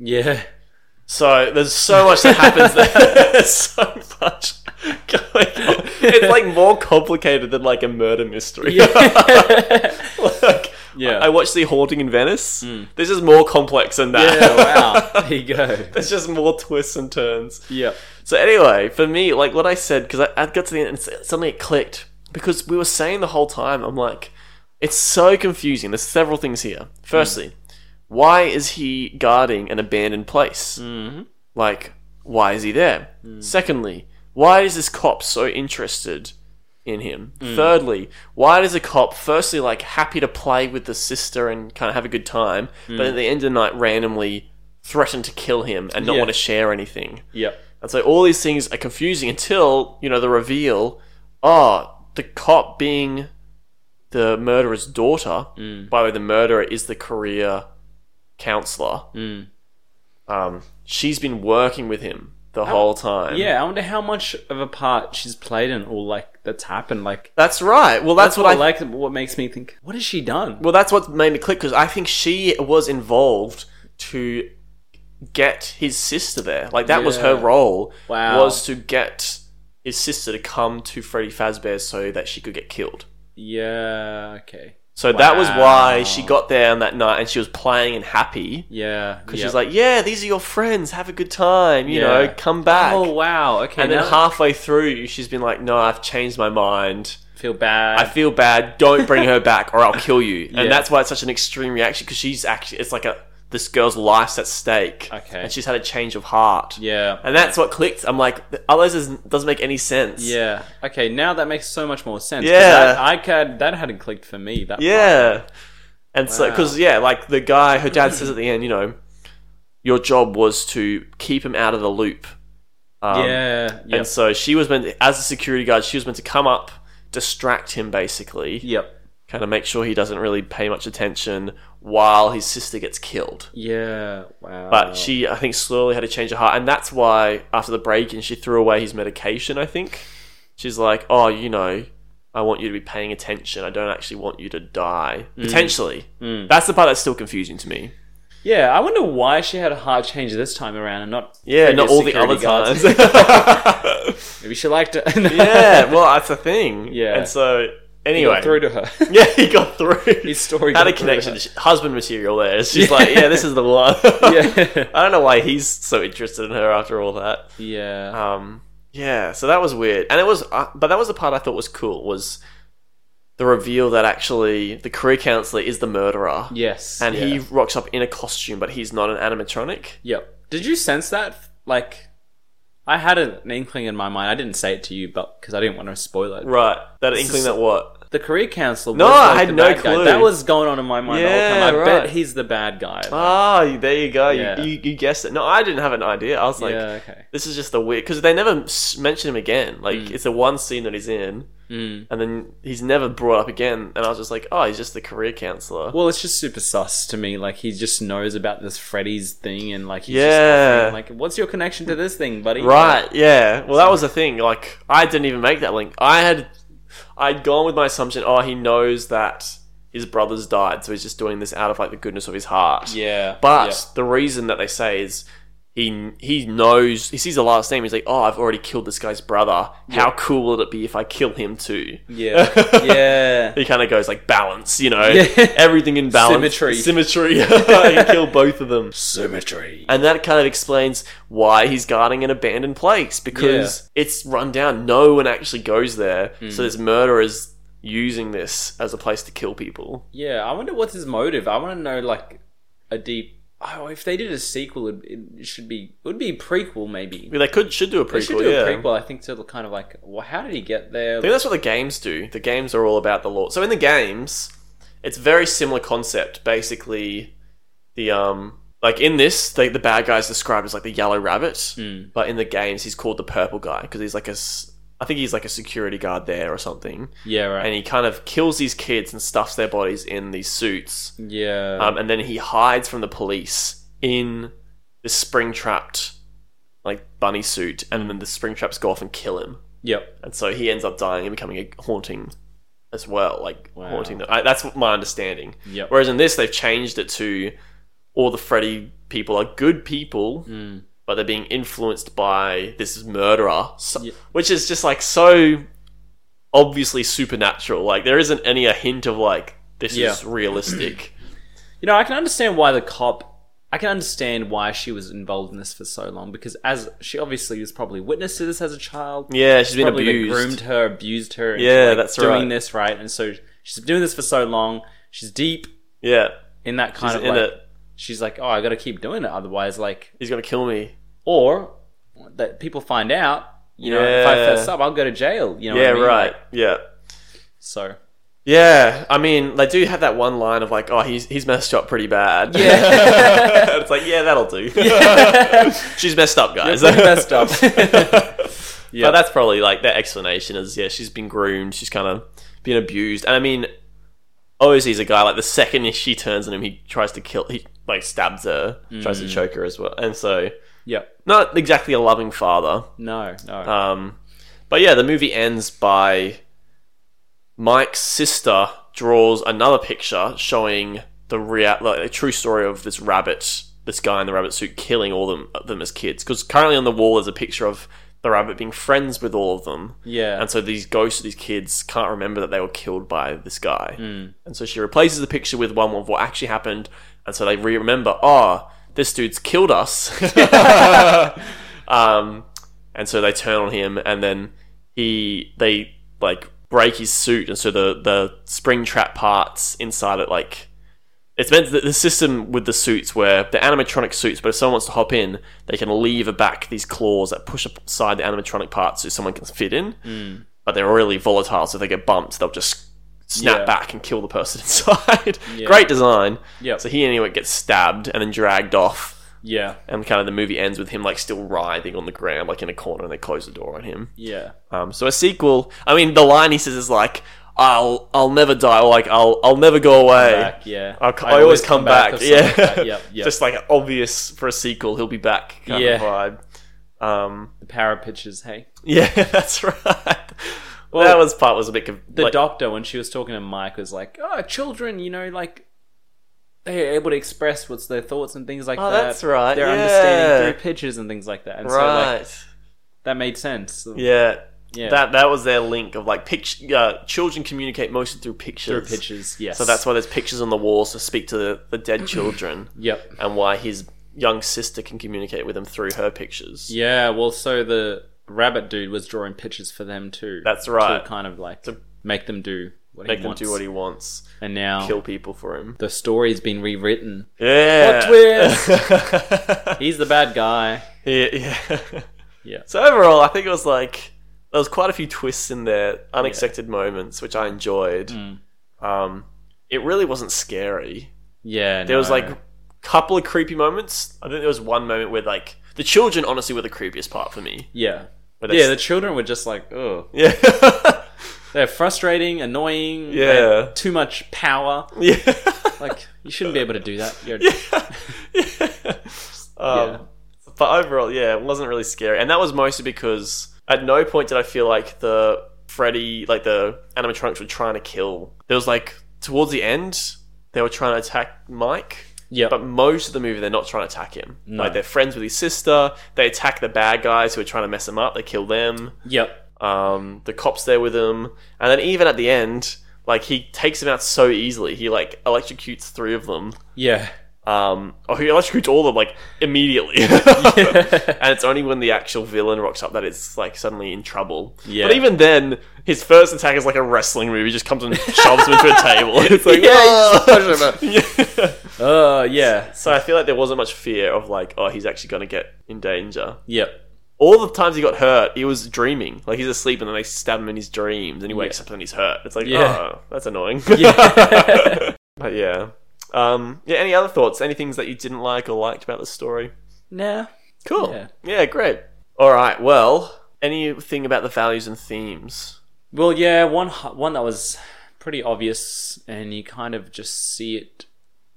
[SPEAKER 2] Yeah.
[SPEAKER 1] So there's so much that happens there. There's so much going on. It's like more complicated than like a murder mystery. like,
[SPEAKER 2] Yeah. Hmm.
[SPEAKER 1] I watched The Haunting in Venice. This is more complex than that.
[SPEAKER 2] Yeah, wow. There you go.
[SPEAKER 1] There's just more twists and turns.
[SPEAKER 2] Yep.
[SPEAKER 1] So anyway, for me, like what I said, because I, I got to the end and s- suddenly it clicked because we were saying the whole time, I'm like, it's so confusing. There's several things here. Firstly, why is he guarding an abandoned place? Mm-hmm. Like, why is he there? Secondly, why is this cop so interested in him? Thirdly, why does a cop, firstly, like happy to play with the sister and kind of have a good time, but at the end of the night, randomly threaten to kill him and not
[SPEAKER 2] Yeah.
[SPEAKER 1] want to share anything?
[SPEAKER 2] Yep.
[SPEAKER 1] And so all these things are confusing until, you know, the reveal, ah, the cop being the murderer's daughter,
[SPEAKER 2] Mm.
[SPEAKER 1] by the way, the murderer is the career counselor.
[SPEAKER 2] Mm.
[SPEAKER 1] Um, she's been working with him the whole time.
[SPEAKER 2] Oh, Yeah, I wonder how much of a part she's played in all like that's happened. Like
[SPEAKER 1] That's right. Well, that's,
[SPEAKER 2] that's
[SPEAKER 1] what,
[SPEAKER 2] what
[SPEAKER 1] I.
[SPEAKER 2] I like. What makes me think, what has she done?
[SPEAKER 1] Well, that's what made me click because I think she was involved to get his sister there. Like that was her
[SPEAKER 2] Yeah.
[SPEAKER 1] role.
[SPEAKER 2] Wow.
[SPEAKER 1] Was to get his sister to come to Freddy Fazbear so that she could get killed.
[SPEAKER 2] Yeah. Okay.
[SPEAKER 1] So that was why she
[SPEAKER 2] Wow.
[SPEAKER 1] got there on that night and she was playing and happy.
[SPEAKER 2] Yeah. Because
[SPEAKER 1] She's like, "Yeah, these are your friends. Have a good time. You know,
[SPEAKER 2] Yeah.
[SPEAKER 1] come back."
[SPEAKER 2] oh wow. Okay.
[SPEAKER 1] and then
[SPEAKER 2] now
[SPEAKER 1] halfway through, she's been like, "No, I've changed my mind.
[SPEAKER 2] I feel bad.
[SPEAKER 1] I feel bad. Don't bring her back, or I'll kill you." And
[SPEAKER 2] Yeah.
[SPEAKER 1] that's why it's such an extreme reaction because she's actually it's like a this girl's life's at stake.
[SPEAKER 2] Okay.
[SPEAKER 1] and she's had a change of heart.
[SPEAKER 2] yeah.
[SPEAKER 1] and that's what clicked. I'm like, the others is, doesn't make any sense.
[SPEAKER 2] yeah. Okay. Now that makes so much more sense. 'cause
[SPEAKER 1] Yeah.
[SPEAKER 2] I, I could. That hadn't clicked for me. That.
[SPEAKER 1] Yeah. And so,
[SPEAKER 2] Wow.
[SPEAKER 1] because, yeah, like the guy, her dad says at the end, you know, your job was to keep him out of the loop. Um,
[SPEAKER 2] yeah. Yep.
[SPEAKER 1] And so she was meant, as a security guard, she was meant to come up, distract him basically,
[SPEAKER 2] yep.
[SPEAKER 1] kind of make sure he doesn't really pay much attention while his sister gets killed.
[SPEAKER 2] Yeah. Wow.
[SPEAKER 1] But she, I think, slowly had a change of heart. And that's why after the break in, she threw away his medication, I think. She's like, oh, you know, I want you to be paying attention. I don't actually want you to die.
[SPEAKER 2] Mm.
[SPEAKER 1] Potentially. That's the part that's still confusing to me.
[SPEAKER 2] Yeah, I wonder why she had a heart change this time around and not
[SPEAKER 1] Yeah, not
[SPEAKER 2] previous
[SPEAKER 1] all the
[SPEAKER 2] security
[SPEAKER 1] other
[SPEAKER 2] guards.
[SPEAKER 1] times. yeah,
[SPEAKER 2] Maybe she liked it.
[SPEAKER 1] well, that's the thing.
[SPEAKER 2] Yeah.
[SPEAKER 1] And so, anyway.
[SPEAKER 2] Got through to her.
[SPEAKER 1] yeah, he got through.
[SPEAKER 2] His story
[SPEAKER 1] Had
[SPEAKER 2] got
[SPEAKER 1] a
[SPEAKER 2] through
[SPEAKER 1] connection
[SPEAKER 2] to
[SPEAKER 1] to sh- husband material there. She's
[SPEAKER 2] Yeah.
[SPEAKER 1] like, yeah, this is the one.
[SPEAKER 2] yeah.
[SPEAKER 1] I don't know why he's so interested in her after all that.
[SPEAKER 2] Yeah.
[SPEAKER 1] Um, yeah, so that was weird, and it was, uh, but that was the part I thought was cool was the reveal that actually the career counselor is the murderer,
[SPEAKER 2] yes.
[SPEAKER 1] and
[SPEAKER 2] yeah.
[SPEAKER 1] he rocks up in a costume, but he's not an animatronic.
[SPEAKER 2] Yep. Did you sense that? Like, I had an inkling in my mind. I didn't say it to you, but because I didn't want to spoil it.
[SPEAKER 1] Right, that inkling that what?
[SPEAKER 2] The career counselor.
[SPEAKER 1] No,
[SPEAKER 2] was, like,
[SPEAKER 1] I had
[SPEAKER 2] the
[SPEAKER 1] no
[SPEAKER 2] bad guy.
[SPEAKER 1] clue.
[SPEAKER 2] That was going on in my mind the
[SPEAKER 1] Yeah,
[SPEAKER 2] whole time. I
[SPEAKER 1] right.
[SPEAKER 2] bet he's the bad guy.
[SPEAKER 1] Ah, you- there you go. You-
[SPEAKER 2] Yeah.
[SPEAKER 1] You, you guessed it. No, I didn't have an idea. I was like,
[SPEAKER 2] yeah. Okay.
[SPEAKER 1] this is just the weird because they never s- mention him again. Like it's the one scene that he's in,
[SPEAKER 2] Mm.
[SPEAKER 1] and then he's never brought up again. And I was just like, oh, he's just the career counselor.
[SPEAKER 2] Well, it's just super sus to me. Like he just knows about this Freddy's thing, and like he's
[SPEAKER 1] Yeah.
[SPEAKER 2] just offering, like, what's your connection to this thing, buddy?
[SPEAKER 1] Right, yeah. Well, that was the thing. Like, I didn't even make that link. I had, I'd gone with my assumption. Oh, he knows that his brother's died, so he's just doing this out of like the goodness of his heart.
[SPEAKER 2] Yeah.
[SPEAKER 1] But
[SPEAKER 2] yeah.
[SPEAKER 1] the reason that they say is he he knows he sees the last name. He's like, oh, I've already killed this guy's brother. How cool would it be if I kill him too?
[SPEAKER 2] Yeah. yeah.
[SPEAKER 1] He kind of goes like balance, you know,
[SPEAKER 2] Yeah.
[SPEAKER 1] everything in balance,
[SPEAKER 2] Symmetry.
[SPEAKER 1] symmetry. I can kill both of them.
[SPEAKER 2] Symmetry.
[SPEAKER 1] And that kind of explains why he's guarding an abandoned place because it's run down. No one actually goes there.
[SPEAKER 2] Hmm.
[SPEAKER 1] So this murderer is using this as a place to kill people.
[SPEAKER 2] Yeah, I wonder what's his motive. I want to know like a deep. Oh, if they did a sequel, it, it should be it would be a prequel maybe.
[SPEAKER 1] I mean, they could should do a prequel.
[SPEAKER 2] They should do
[SPEAKER 1] yeah.
[SPEAKER 2] a prequel, I think, to the kind of like, well, how did he get there?
[SPEAKER 1] I think that's what the games do. The games are all about the law. So in the games, it's very similar concept. Basically, the um, like in this, they, the bad guy's described as like the yellow rabbit,
[SPEAKER 2] Hmm.
[SPEAKER 1] but in the games, he's called the purple guy because he's like a, s- I think he's like a security guard there or something,
[SPEAKER 2] Yeah, right.
[SPEAKER 1] and he kind of kills these kids and stuffs their bodies in these suits,
[SPEAKER 2] yeah,
[SPEAKER 1] um, and then he hides from the police in this spring trapped, like bunny suit,
[SPEAKER 2] Mm.
[SPEAKER 1] and then the spring traps go off and kill him
[SPEAKER 2] yep.
[SPEAKER 1] and so he ends up dying and becoming a haunting as well like
[SPEAKER 2] Wow.
[SPEAKER 1] haunting the, I, that's my understanding
[SPEAKER 2] Yep.
[SPEAKER 1] whereas in this they've changed it to all the freddy people are good people
[SPEAKER 2] Hmm.
[SPEAKER 1] but they're being influenced by this murderer so,
[SPEAKER 2] Yeah.
[SPEAKER 1] which is just like so obviously supernatural like there isn't any a hint of like this
[SPEAKER 2] Yeah.
[SPEAKER 1] is realistic
[SPEAKER 2] You know, I can understand why the cop. I can understand why she was involved in this for so long because as she obviously was probably witness to this as a child.
[SPEAKER 1] yeah she's been
[SPEAKER 2] probably they
[SPEAKER 1] abused
[SPEAKER 2] groomed her, abused her. into,
[SPEAKER 1] Yeah,
[SPEAKER 2] like,
[SPEAKER 1] that's
[SPEAKER 2] doing
[SPEAKER 1] right.
[SPEAKER 2] this right, and so she's been doing this for so long. She's deep
[SPEAKER 1] yeah
[SPEAKER 2] in that kind
[SPEAKER 1] She's
[SPEAKER 2] of
[SPEAKER 1] in
[SPEAKER 2] like,
[SPEAKER 1] it
[SPEAKER 2] she's like, oh, I got to keep doing it, otherwise, like,
[SPEAKER 1] he's gonna kill me
[SPEAKER 2] or that people find out. You know, if I
[SPEAKER 1] Yeah.
[SPEAKER 2] fess up, I'll go to jail. You know, what
[SPEAKER 1] yeah
[SPEAKER 2] I mean?
[SPEAKER 1] right
[SPEAKER 2] Like,
[SPEAKER 1] yeah
[SPEAKER 2] so
[SPEAKER 1] Yeah, I mean, they do have that one line of like, "Oh, he's he's messed up pretty bad."
[SPEAKER 2] Yeah.
[SPEAKER 1] it's like, yeah, that'll do. she's messed up, guys.
[SPEAKER 2] You're pretty messed up.
[SPEAKER 1] But that's probably like their explanation is, yeah, she's been groomed, she's kind of been abused, and I mean, obviously, he's a guy. Like the second she turns on him, he tries to kill, he like stabs her, tries to
[SPEAKER 2] Mm.
[SPEAKER 1] choke her as well, and so
[SPEAKER 2] yep.
[SPEAKER 1] not exactly a loving father.
[SPEAKER 2] No, no.
[SPEAKER 1] Um, but yeah, the movie ends by Mike's sister draws another picture showing the real, like, the true story of this rabbit, this guy in the rabbit suit killing all them them as kids. Because currently on the wall is a picture of the rabbit being friends with all of them.
[SPEAKER 2] yeah.
[SPEAKER 1] And so these ghosts of these kids can't remember that they were killed by this guy. And so she replaces the picture with one of what actually happened. And so they re remember, oh, this dude's killed us. um, and so they turn on him and then he, they like break his suit. And so the, the spring trap parts inside it, like, it's meant that the system with the suits where the animatronic suits, but if someone wants to hop in, they can lever back these claws that push aside the animatronic parts so someone can fit in.
[SPEAKER 2] Hmm.
[SPEAKER 1] Mm. But they're really volatile, so if they get bumped, they'll just snap
[SPEAKER 2] Yeah.
[SPEAKER 1] back and kill the person inside. Great design.
[SPEAKER 2] Yep.
[SPEAKER 1] So he anyway gets stabbed and then dragged off,
[SPEAKER 2] yeah.
[SPEAKER 1] and kind of the movie ends with him like still writhing on the ground, like in a corner, and they close the door on him.
[SPEAKER 2] Yeah.
[SPEAKER 1] Um, so a sequel. I mean, the line he says is like, "I'll, I'll never die," or like, "I'll, I'll never go away."
[SPEAKER 2] Back, yeah.
[SPEAKER 1] I, c- I always, come, back.
[SPEAKER 2] of
[SPEAKER 1] Yeah.
[SPEAKER 2] something like that. Yep. Yep.
[SPEAKER 1] Just like obvious for a sequel, he'll be back kind of
[SPEAKER 2] Yeah.
[SPEAKER 1] vibe. Um,
[SPEAKER 2] the power pictures. Hey,
[SPEAKER 1] yeah, that's right. Well, that was part was a bit conf-
[SPEAKER 2] the
[SPEAKER 1] like,
[SPEAKER 2] doctor when she was talking to Mike was like, "Oh, children, you know, like they're able to express what's their thoughts and things like
[SPEAKER 1] Oh,
[SPEAKER 2] that.
[SPEAKER 1] that's right,
[SPEAKER 2] They're
[SPEAKER 1] yeah.
[SPEAKER 2] understanding through pictures and things like that. And so
[SPEAKER 1] right.
[SPEAKER 2] like that made sense.
[SPEAKER 1] yeah.
[SPEAKER 2] Yeah.
[SPEAKER 1] that that was their link of like picture. Uh, children communicate mostly through
[SPEAKER 2] through
[SPEAKER 1] pictures.
[SPEAKER 2] pictures. Yes.
[SPEAKER 1] So that's why there's pictures on the walls to speak to the, the dead children,
[SPEAKER 2] Yep.
[SPEAKER 1] and why his young sister can communicate with him through her pictures.
[SPEAKER 2] Yeah. Well, so the rabbit dude was drawing pictures for them too.
[SPEAKER 1] That's right.
[SPEAKER 2] To kind of like make them do what
[SPEAKER 1] Make
[SPEAKER 2] he
[SPEAKER 1] him
[SPEAKER 2] wants.
[SPEAKER 1] do what he wants.
[SPEAKER 2] and now
[SPEAKER 1] Kill people for him.
[SPEAKER 2] the story's been rewritten.
[SPEAKER 1] Yeah. twist.
[SPEAKER 2] He's the bad guy.
[SPEAKER 1] Yeah, yeah.
[SPEAKER 2] Yeah.
[SPEAKER 1] So overall, I think it was like there was quite a few twists in there, unexpected moments, which I enjoyed.
[SPEAKER 2] Mm.
[SPEAKER 1] Um, it really wasn't scary.
[SPEAKER 2] Yeah.
[SPEAKER 1] There was like a couple of creepy moments. I think there was one moment where like the children, honestly, were the creepiest part for me.
[SPEAKER 2] yeah.
[SPEAKER 1] Where
[SPEAKER 2] Yeah,
[SPEAKER 1] they-
[SPEAKER 2] the children were just like, oh,
[SPEAKER 1] yeah,
[SPEAKER 2] they're frustrating, annoying. they
[SPEAKER 1] Yeah.
[SPEAKER 2] have too much power.
[SPEAKER 1] yeah.
[SPEAKER 2] Like you shouldn't be able to do that. You're-
[SPEAKER 1] Um, But overall, yeah, it wasn't really scary, and that was mostly because at no point did I feel like the Freddy, like the animatronics, were trying to kill. There was like towards the end, they were trying to attack Mike,
[SPEAKER 2] Yeah.
[SPEAKER 1] But most of the movie, they're not trying to attack him.
[SPEAKER 2] No.
[SPEAKER 1] Like they're friends with his sister. They attack the bad guys who are trying to mess him up. They kill them.
[SPEAKER 2] Yep.
[SPEAKER 1] Um, the cops there with him, and then even at the end, like he takes them out so easily. He like electrocutes three of them.
[SPEAKER 2] Yeah.
[SPEAKER 1] Um, oh, he electrocutes all of them like immediately. and it's only when the actual villain rocks up that it's like suddenly in trouble.
[SPEAKER 2] Yeah.
[SPEAKER 1] But even then, his first attack is like a wrestling movie. He just comes and shoves him into a table. It's like,
[SPEAKER 2] Yeah, he's-
[SPEAKER 1] "Oh." Yeah.
[SPEAKER 2] Oh, yeah.
[SPEAKER 1] So I feel like there wasn't much fear of like, oh, he's actually going to get in danger.
[SPEAKER 2] Yep.
[SPEAKER 1] All the times he got hurt, he was dreaming. Like he's asleep, and then they stab him in his dreams, and he wakes
[SPEAKER 2] Yeah.
[SPEAKER 1] up and then he's hurt. It's like,
[SPEAKER 2] Yeah.
[SPEAKER 1] oh, that's annoying.
[SPEAKER 2] Yeah.
[SPEAKER 1] but yeah. Um, yeah. Any other thoughts? Any things that you didn't like or liked about this story?
[SPEAKER 2] Nah.
[SPEAKER 1] Cool.
[SPEAKER 2] Yeah.
[SPEAKER 1] Yeah. great. All right. Well, anything about the values and themes?
[SPEAKER 2] Well, yeah, one h- one that was pretty obvious, and you kind of just see it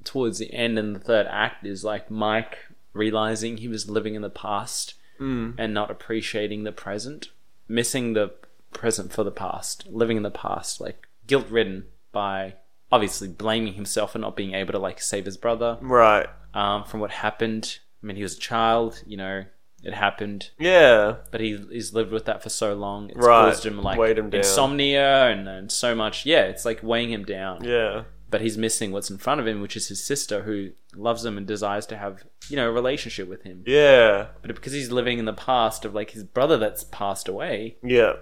[SPEAKER 2] towards the end in the third act is like Mike realizing he was living in the past and not appreciating the present, missing the present for the past, living in the past, like guilt ridden by obviously blaming himself for not being able to like save his brother
[SPEAKER 1] Right.
[SPEAKER 2] um, from what happened. I mean, he was a child, you know, it happened
[SPEAKER 1] Yeah.
[SPEAKER 2] but he, he's lived with that for so long. It's
[SPEAKER 1] Right.
[SPEAKER 2] caused him like
[SPEAKER 1] Weighed him down.
[SPEAKER 2] insomnia and, and so much. Yeah, it's like weighing him down.
[SPEAKER 1] Yeah.
[SPEAKER 2] But he's missing what's in front of him, which is his sister who loves him and desires to have, you know, a relationship with him.
[SPEAKER 1] Yeah.
[SPEAKER 2] But because he's living in the past of like his brother that's passed away,
[SPEAKER 1] Yeah.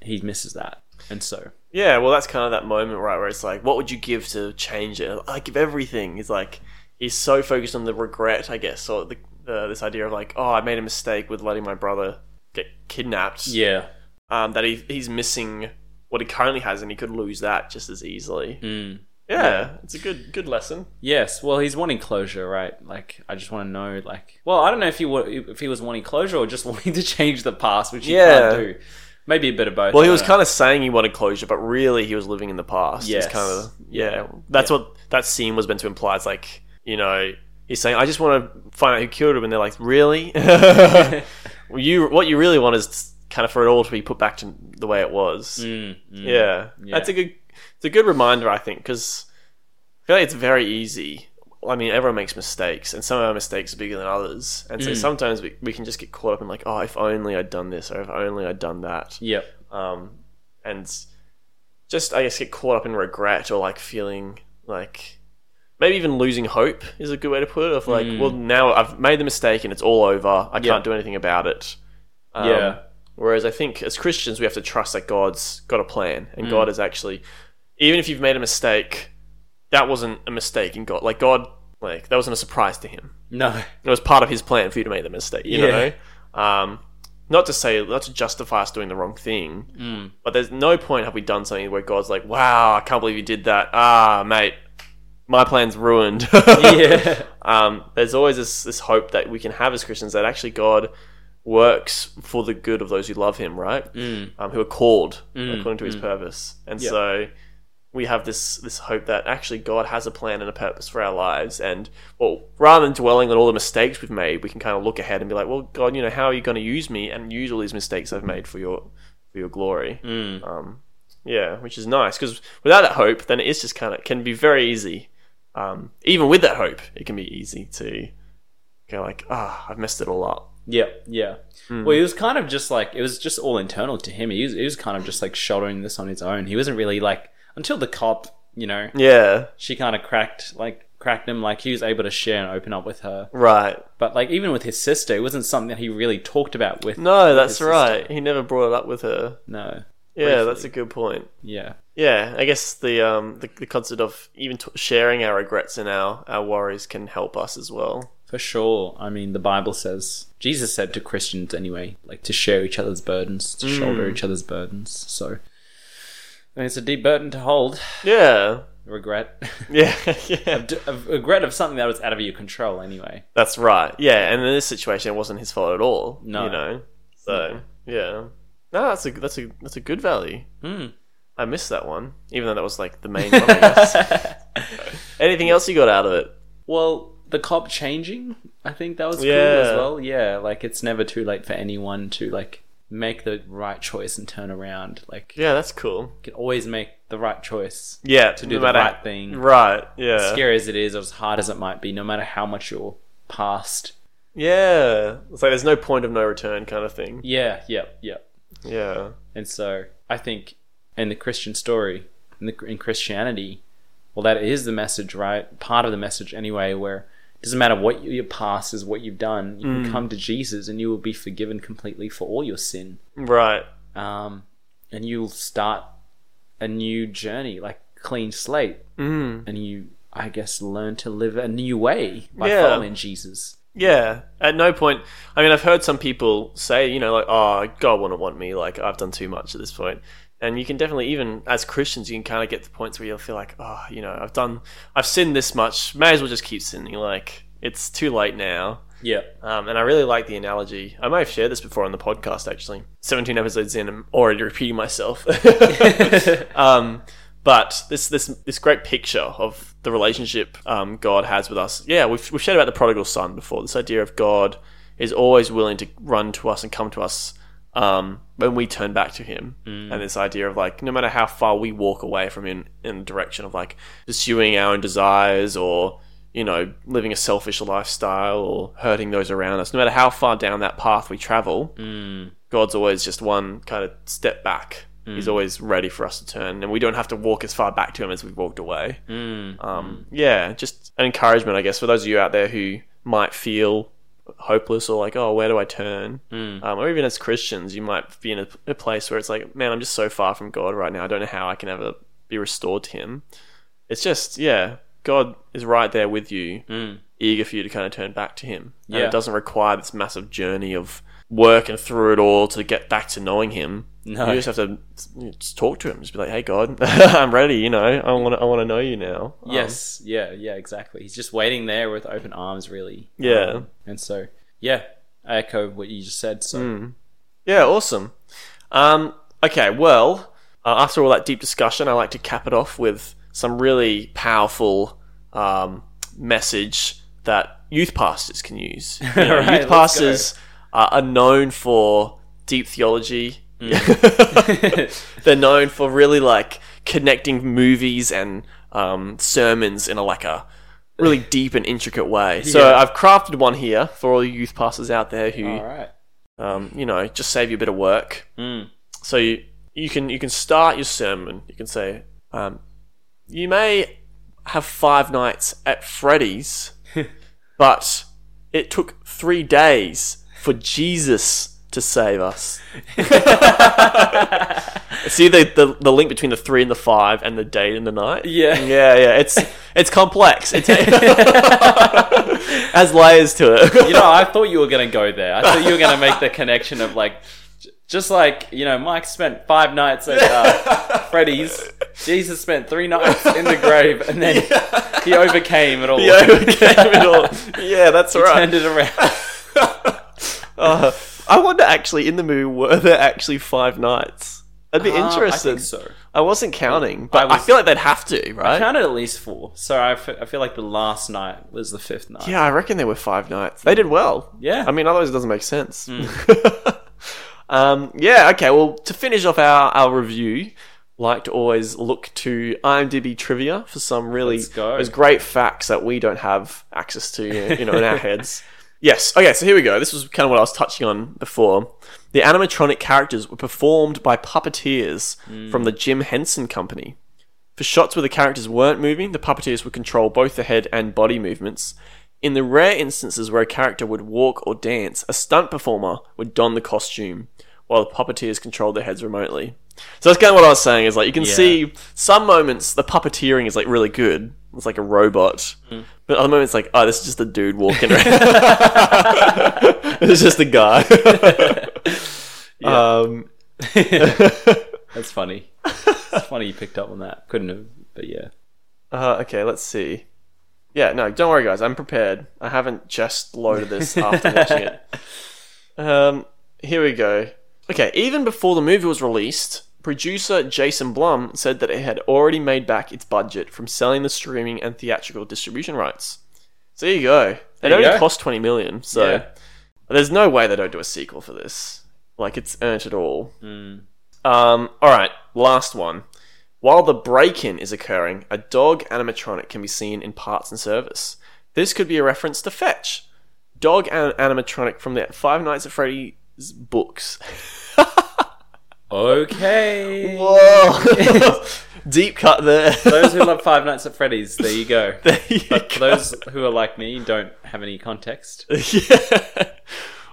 [SPEAKER 2] he misses that. And so,
[SPEAKER 1] Yeah. Well, that's kind of that moment, right, where it's like, what would you give to change it? I give everything. He's like, he's so focused on the regret, I guess, or the, uh, this idea of like, oh, I made a mistake with letting my brother get kidnapped.
[SPEAKER 2] yeah.
[SPEAKER 1] Um, that he, he's missing what he currently has, and he could lose that just as easily.
[SPEAKER 2] Mm.
[SPEAKER 1] Yeah, It's a good good lesson.
[SPEAKER 2] Yes, well, he's wanting closure, right? Like, I just want to know, like, well, I don't know if he wa- if he was wanting closure or just wanting to change the past, which he
[SPEAKER 1] Yeah.
[SPEAKER 2] can't do. Maybe a bit of both.
[SPEAKER 1] Well,
[SPEAKER 2] I
[SPEAKER 1] he was
[SPEAKER 2] don't know.
[SPEAKER 1] kind of saying he wanted closure, but really he was living in the past. It's
[SPEAKER 2] Yes.
[SPEAKER 1] kind of yeah. That's what that scene was meant to imply. It's like you know he's saying, "I just want to find out who killed him," and they're like, "Really? Well, you what you really want is kind of for it all to be put back to the way it was."
[SPEAKER 2] Mm, mm.
[SPEAKER 1] Yeah.
[SPEAKER 2] Yeah.
[SPEAKER 1] that's a good. It's a good reminder, I think, because I feel like it's very easy. I mean, everyone makes mistakes, and some of our mistakes are bigger than others, and so sometimes we, we can just get caught up in like, oh, if only I'd done this, or if only I'd done that
[SPEAKER 2] Yep.
[SPEAKER 1] um, and just I guess get caught up in regret or like feeling like maybe even losing hope is a good way to put it. Of like, well, now I've made the mistake and it's all over. I can't do anything about it. Um,
[SPEAKER 2] Yeah.
[SPEAKER 1] Whereas I think as Christians we have to trust that God's got a plan and God is actually even if you've made a mistake, that wasn't a mistake in God. Like God, like that wasn't a surprise to Him
[SPEAKER 2] No.
[SPEAKER 1] it was part of his plan for you to make the mistake. You
[SPEAKER 2] Yeah.
[SPEAKER 1] know, um, not to say not to justify us doing the wrong thing, mm. but there's no point have we done something where God's like, "Wow, I can't believe you did that." Ah, mate, my plan's ruined.
[SPEAKER 2] Yeah.
[SPEAKER 1] um, there's always this, this hope that we can have as Christians that actually God works for the good of those who love Him, right? Mm. Um, who are called according to His purpose, and so we have this this hope that actually God has a plan and a purpose for our lives, and well, rather than dwelling on all the mistakes we've made, we can kind of look ahead and be like, well, God, you know, how are you going to use me and use all these mistakes I've made for your for your glory? Um, yeah, which is nice because without that hope, then it is just kind of can be very easy. Um, even with that hope, it can be easy to go like, ah, I've messed it all up.
[SPEAKER 2] Yeah, yeah. Well, he was kind of just like it was just all internal to him. He was, he was kind of just like shouldering this on his own. He wasn't really like until the cop, you know,
[SPEAKER 1] Yeah,
[SPEAKER 2] she kind of cracked like cracked him. Like he was able to share and open up with her.
[SPEAKER 1] right.
[SPEAKER 2] But like even with his sister, it wasn't something that he really talked about with.
[SPEAKER 1] No, that's
[SPEAKER 2] It's just-
[SPEAKER 1] right. He never brought it up with her.
[SPEAKER 2] no.
[SPEAKER 1] Yeah,
[SPEAKER 2] Briefly.
[SPEAKER 1] that's a good point.
[SPEAKER 2] Yeah.
[SPEAKER 1] Yeah, I guess the um the, the concept of even t- sharing our regrets and our, our worries can help us as well.
[SPEAKER 2] For sure. I mean, the Bible says Jesus said to Christians anyway, like to share each other's burdens, to shoulder each other's burdens. So, I mean, it's a deep burden to hold.
[SPEAKER 1] Yeah,
[SPEAKER 2] Regret.
[SPEAKER 1] yeah, yeah.
[SPEAKER 2] D- of regret of something that was out of your control anyway.
[SPEAKER 1] That's right. Yeah, and in this situation, it wasn't his fault at all.
[SPEAKER 2] No.
[SPEAKER 1] you know. So yeah, no, that's a that's a that's a good value.
[SPEAKER 2] Mm.
[SPEAKER 1] I missed that one, even though that was like the main one. I guess. Anything else you got out of it?
[SPEAKER 2] well, the cop changing, I think that was cool
[SPEAKER 1] Yeah.
[SPEAKER 2] as well. Yeah, like it's never too late for anyone to like make the right choice and turn around. Like
[SPEAKER 1] Yeah, that's cool.
[SPEAKER 2] you can always make the right choice.
[SPEAKER 1] Yeah, to
[SPEAKER 2] do the right thing.
[SPEAKER 1] Right. Yeah.
[SPEAKER 2] Scary as it is, or as hard as it might be, no matter how much you're past.
[SPEAKER 1] Yeah. It's like there's no point of no return kind of thing.
[SPEAKER 2] Yeah, yep, yep.
[SPEAKER 1] Yeah.
[SPEAKER 2] And so I think in the Christian story, in, the, in Christianity, well, that is the message, right? Part of the message, anyway, where it doesn't matter what your past is, what you've done, you
[SPEAKER 1] Mm.
[SPEAKER 2] can come to Jesus and you will be forgiven completely for all your sin.
[SPEAKER 1] Right.
[SPEAKER 2] Um, and you'll start a new journey, like clean slate.
[SPEAKER 1] Mm.
[SPEAKER 2] And you, I guess, learn to live a new way by
[SPEAKER 1] Yeah.
[SPEAKER 2] following Jesus.
[SPEAKER 1] Yeah. At no point. I mean, I've heard some people say, you know, like, oh, God wouldn't want me. Like, I've done too much at this point. And you can definitely, even as Christians, you can kind of get to points where you'll feel like, oh, you know, I've done, I've sinned this much. May as well just keep sinning. Like, it's too late now.
[SPEAKER 2] Yeah.
[SPEAKER 1] Um, and I really like the analogy. I may have shared this before on the podcast, actually. 17 episodes in, I'm already repeating myself. um, but this, this this great picture of the relationship um, God has with us. Yeah, we've, we've shared about the prodigal son before. This idea of God is always willing to run to us and come to us um, when we turn back to Him. And this idea of like, no matter how far we walk away from Him in the direction of like pursuing our own desires or you know, living a selfish lifestyle or hurting those around us, no matter how far down that path we travel, God's always just one kind of step back. He's always ready for us to turn, and we don't have to walk as far back to him as we've walked away.
[SPEAKER 2] Mm.
[SPEAKER 1] Um, yeah, just an encouragement, I guess, for those of you out there who might feel hopeless or like, oh, where do I turn?
[SPEAKER 2] Hmm.
[SPEAKER 1] Um, or even as Christians, you might be in a, a place where it's like, man, I'm just so far from God right now. I don't know how I can ever be restored to Him. It's just, yeah, God is right there with you, eager for you to kind of turn back to Him. And
[SPEAKER 2] Hmm. Yeah.
[SPEAKER 1] it doesn't require this massive journey of work and through it all to get back to knowing Him.
[SPEAKER 2] No.
[SPEAKER 1] You just have to you know, just talk to Him. Just be like, hey, God, I'm ready. You know, I want to I want to know you now. Um,
[SPEAKER 2] Yes, yeah, yeah, exactly. He's just waiting there with open arms, really.
[SPEAKER 1] Yeah.
[SPEAKER 2] Um, and so, yeah, I echo what you just said. So,
[SPEAKER 1] Mm. Yeah, awesome. Um, okay, well, uh, after all that deep discussion, I like to cap it off with some really powerful um, message that youth pastors can use. You know,
[SPEAKER 2] All right,
[SPEAKER 1] youth
[SPEAKER 2] let's
[SPEAKER 1] pastors are are known for deep theology.
[SPEAKER 2] Mm.
[SPEAKER 1] They're known for really like connecting movies and um, sermons in a like a really deep and intricate way. So
[SPEAKER 2] Yeah.
[SPEAKER 1] I've crafted one here for all you youth pastors out there who
[SPEAKER 2] all right.
[SPEAKER 1] um, you know, just save you a bit of work.
[SPEAKER 2] Mm.
[SPEAKER 1] So you, you can you can start your sermon. You can say, um, you may have five nights at Freddy's, but it took three days for Jesus to save us. See the, the the link between the three and the five and the day and the night.
[SPEAKER 2] Yeah.
[SPEAKER 1] yeah, yeah. It's it's complex. It has layers to it.
[SPEAKER 2] You know, I thought you were going to go there. I thought you were going to make the connection of like, j- just like, you know, Mike spent five nights at uh, Freddy's, Jesus spent three nights in the grave, and then he overcame it all.
[SPEAKER 1] Yeah, overcame it all. Yeah, that's
[SPEAKER 2] Turned
[SPEAKER 1] right.
[SPEAKER 2] it around. Um,
[SPEAKER 1] Uh, I wonder actually in the movie were there actually five nights? I'd be
[SPEAKER 2] Uh,
[SPEAKER 1] interested.
[SPEAKER 2] I think so.
[SPEAKER 1] I wasn't counting, but I,
[SPEAKER 2] was-
[SPEAKER 1] feel like they'd have to, right?
[SPEAKER 2] Counted at least four. So I fe- I feel like the last night was the fifth night.
[SPEAKER 1] yeah, I reckon there were five nights. They did well.
[SPEAKER 2] Yeah. Hmm.
[SPEAKER 1] I mean, otherwise it doesn't make sense. um, yeah. Okay. Well, to finish off our our review. Like to always look to IMDb trivia for some really
[SPEAKER 2] Let's go.
[SPEAKER 1] those great facts that we don't have access to, you know, in our heads. Yes. Okay, so here we go. This was kind of what I was touching on before. The animatronic characters were performed by puppeteers
[SPEAKER 2] Hmm.
[SPEAKER 1] from the Jim Henson Company. For shots where the characters weren't moving, the puppeteers would control both the head and body movements. In the rare instances where a character would walk or dance, a stunt performer would don the costume, while the puppeteers controlled their heads remotely. So that's kind of what I was saying is like you can see some moments the puppeteering is like really good. It's like a robot. But other moments like, oh, this is just a dude walking around. it's just a guy. Um
[SPEAKER 2] That's funny. it's funny you picked up on that. Couldn't have, but yeah.
[SPEAKER 1] Uh, okay, let's see. Yeah, no, don't worry, guys. I'm prepared. I haven't just loaded this after watching it. Um, here we go. Okay, even before the movie was released, producer Jason Blum said that it had already made back its budget from selling the streaming and theatrical distribution rights. So there you go. It
[SPEAKER 2] you
[SPEAKER 1] only
[SPEAKER 2] go.
[SPEAKER 1] cost twenty million. So
[SPEAKER 2] Yeah.
[SPEAKER 1] there's no way they don't do a sequel for this. Like it's earned it all. Um, all right, last one. While the break-in is occurring, a dog animatronic can be seen in parts and service. This could be a reference to Fetch, dog an- animatronic from the Five Nights at Freddy's books.
[SPEAKER 2] Okay.
[SPEAKER 1] Whoa, deep cut there.
[SPEAKER 2] Those who love Five Nights at Freddy's, there you go.
[SPEAKER 1] There you
[SPEAKER 2] but
[SPEAKER 1] go.
[SPEAKER 2] for those who are like me, don't have any context.
[SPEAKER 1] yeah.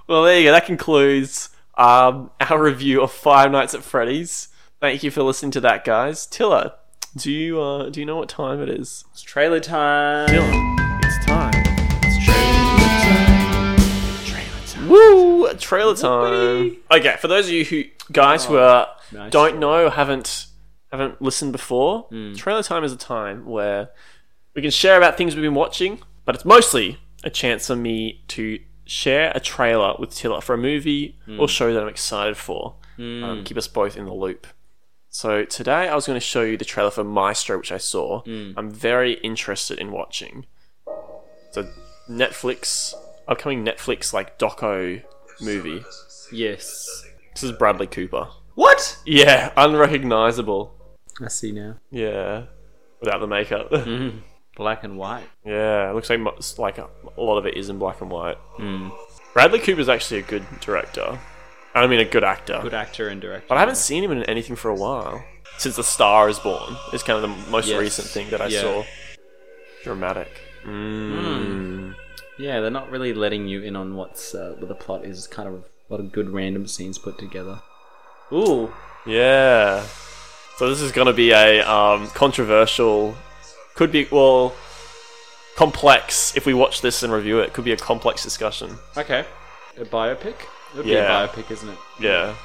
[SPEAKER 1] Well, there you go. That concludes um, our review of Five Nights at Freddy's. Thank you for listening to that, guys. Tilla, do you uh, do you know what time it is?
[SPEAKER 2] It's trailer time.
[SPEAKER 1] Tilla, it's time.
[SPEAKER 2] It's trailer time. Trailer time.
[SPEAKER 1] Woo! Trailer time. Okay, for those of you who guys who are,
[SPEAKER 2] nice
[SPEAKER 1] don't
[SPEAKER 2] try.
[SPEAKER 1] know, haven't haven't listened before, trailer time is a time where we can share about things we've been watching, but it's mostly a chance for me to share a trailer with Tilla for a movie or show that I'm excited for. Um, keep us both in the loop. So today I was going to show you the trailer for Maestro, which I saw. I'm very interested in watching. It's a Netflix upcoming Netflix like doco movie.
[SPEAKER 2] Yes.
[SPEAKER 1] This is Bradley Cooper.
[SPEAKER 2] What?
[SPEAKER 1] Yeah, unrecognizable.
[SPEAKER 2] I see now.
[SPEAKER 1] Yeah, Mm-hmm. without the makeup.
[SPEAKER 2] Black and white.
[SPEAKER 1] Yeah, it looks like mo- like a a lot of it is in black and white. Bradley Cooper's actually a good director. I mean, a good actor.
[SPEAKER 2] Good actor and director.
[SPEAKER 1] But I haven't seen him in anything for a while. Since The Star is Born is kind of the most
[SPEAKER 2] Yes.
[SPEAKER 1] recent thing that I
[SPEAKER 2] Yeah.
[SPEAKER 1] saw. Dramatic. Mm.
[SPEAKER 2] Yeah, they're not really letting you in on what's uh, what the plot is. It's kind of a lot of good random scenes put together. Ooh.
[SPEAKER 1] Yeah. So this is going to be a um, controversial, could be well, complex. If we watch this and review it, could be a complex discussion.
[SPEAKER 2] Okay. A biopic. It would
[SPEAKER 1] Yeah.
[SPEAKER 2] be a biopic, isn't it?
[SPEAKER 1] Yeah.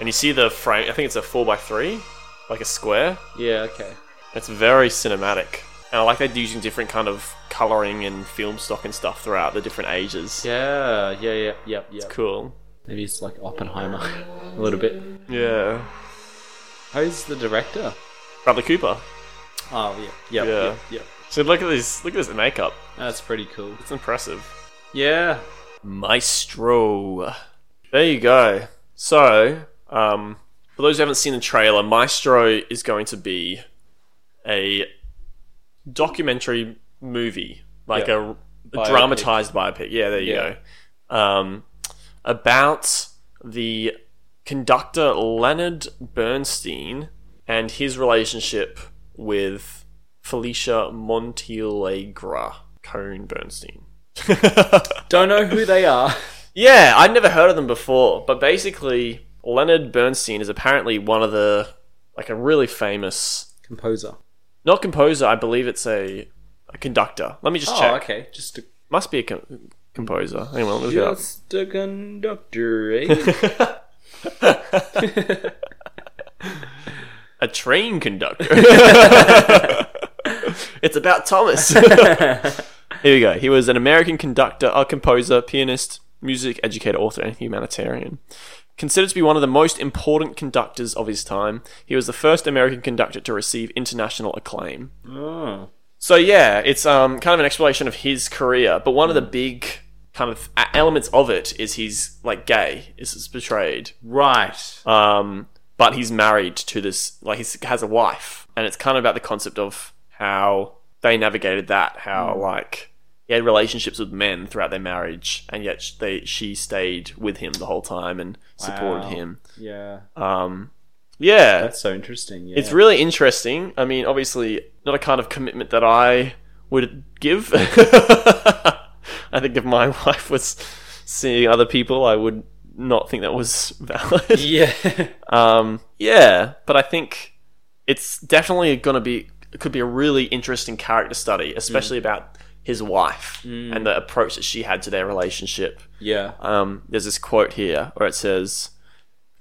[SPEAKER 1] And you see the frame. I think it's a four by three, like a square.
[SPEAKER 2] Yeah. Okay.
[SPEAKER 1] It's very cinematic, and I like they're using different kind of coloring and film stock and stuff throughout the different ages.
[SPEAKER 2] Yeah. Yeah. Yeah. Yep. Yep.
[SPEAKER 1] Cool.
[SPEAKER 2] Maybe it's like Oppenheimer a little bit.
[SPEAKER 1] Yeah.
[SPEAKER 2] Who's Oh, the director?
[SPEAKER 1] Bradley Cooper.
[SPEAKER 2] Oh yeah, yeah,
[SPEAKER 1] Yeah.
[SPEAKER 2] yeah, yeah.
[SPEAKER 1] So look at this. Look at this makeup.
[SPEAKER 2] That's pretty cool.
[SPEAKER 1] It's impressive.
[SPEAKER 2] Yeah,
[SPEAKER 1] Maestro. There you go. So, um, for those who haven't seen the trailer, Maestro is going to be a documentary movie, like
[SPEAKER 2] Yeah.
[SPEAKER 1] a, a
[SPEAKER 2] Biopic.
[SPEAKER 1] dramatized biopic. Yeah, there you
[SPEAKER 2] Yeah.
[SPEAKER 1] go. Um, about the conductor Leonard Bernstein and his relationship with Felicia Montealegre Cohn Bernstein.
[SPEAKER 2] don't know who they are.
[SPEAKER 1] Yeah, I'd never heard of them before, but basically Leonard Bernstein is apparently one of the like a really famous
[SPEAKER 2] Composer.
[SPEAKER 1] not composer, I believe it's a, a conductor. Let me just
[SPEAKER 2] Oh,
[SPEAKER 1] check.
[SPEAKER 2] okay. Just a,
[SPEAKER 1] Must be a com- composer. Hang on, let me look it up.
[SPEAKER 2] just a conductor. Eh?
[SPEAKER 1] A train conductor. it's about Thomas. Here we go. He was an American conductor, a composer, pianist, music educator, author, and humanitarian. Considered to be one of the most important conductors of his time, he was the first American conductor to receive international acclaim.
[SPEAKER 2] oh,
[SPEAKER 1] So yeah, it's um, kind of an exploration of his career, but one of the big kind of a- elements of it is he's like gay, is portrayed.
[SPEAKER 2] right.
[SPEAKER 1] Um, but he's married to this, like he has a wife, and it's kind of about the concept of how they navigated that, how
[SPEAKER 2] Hmm.
[SPEAKER 1] like he had relationships with men throughout their marriage, and yet sh- they she stayed with him the whole time and supported
[SPEAKER 2] Wow.
[SPEAKER 1] him.
[SPEAKER 2] Yeah,
[SPEAKER 1] Um, yeah,
[SPEAKER 2] that's so interesting. Yeah,
[SPEAKER 1] it's really interesting. I mean, obviously, not a kind of commitment that I would give. I think if my wife was seeing other people, I would not think that was valid.
[SPEAKER 2] yeah,
[SPEAKER 1] Um, yeah, but I think it's definitely going to be it could be a really interesting character study, especially about his wife and the approach that she had to their relationship.
[SPEAKER 2] yeah.
[SPEAKER 1] Um, there's this quote here where it says,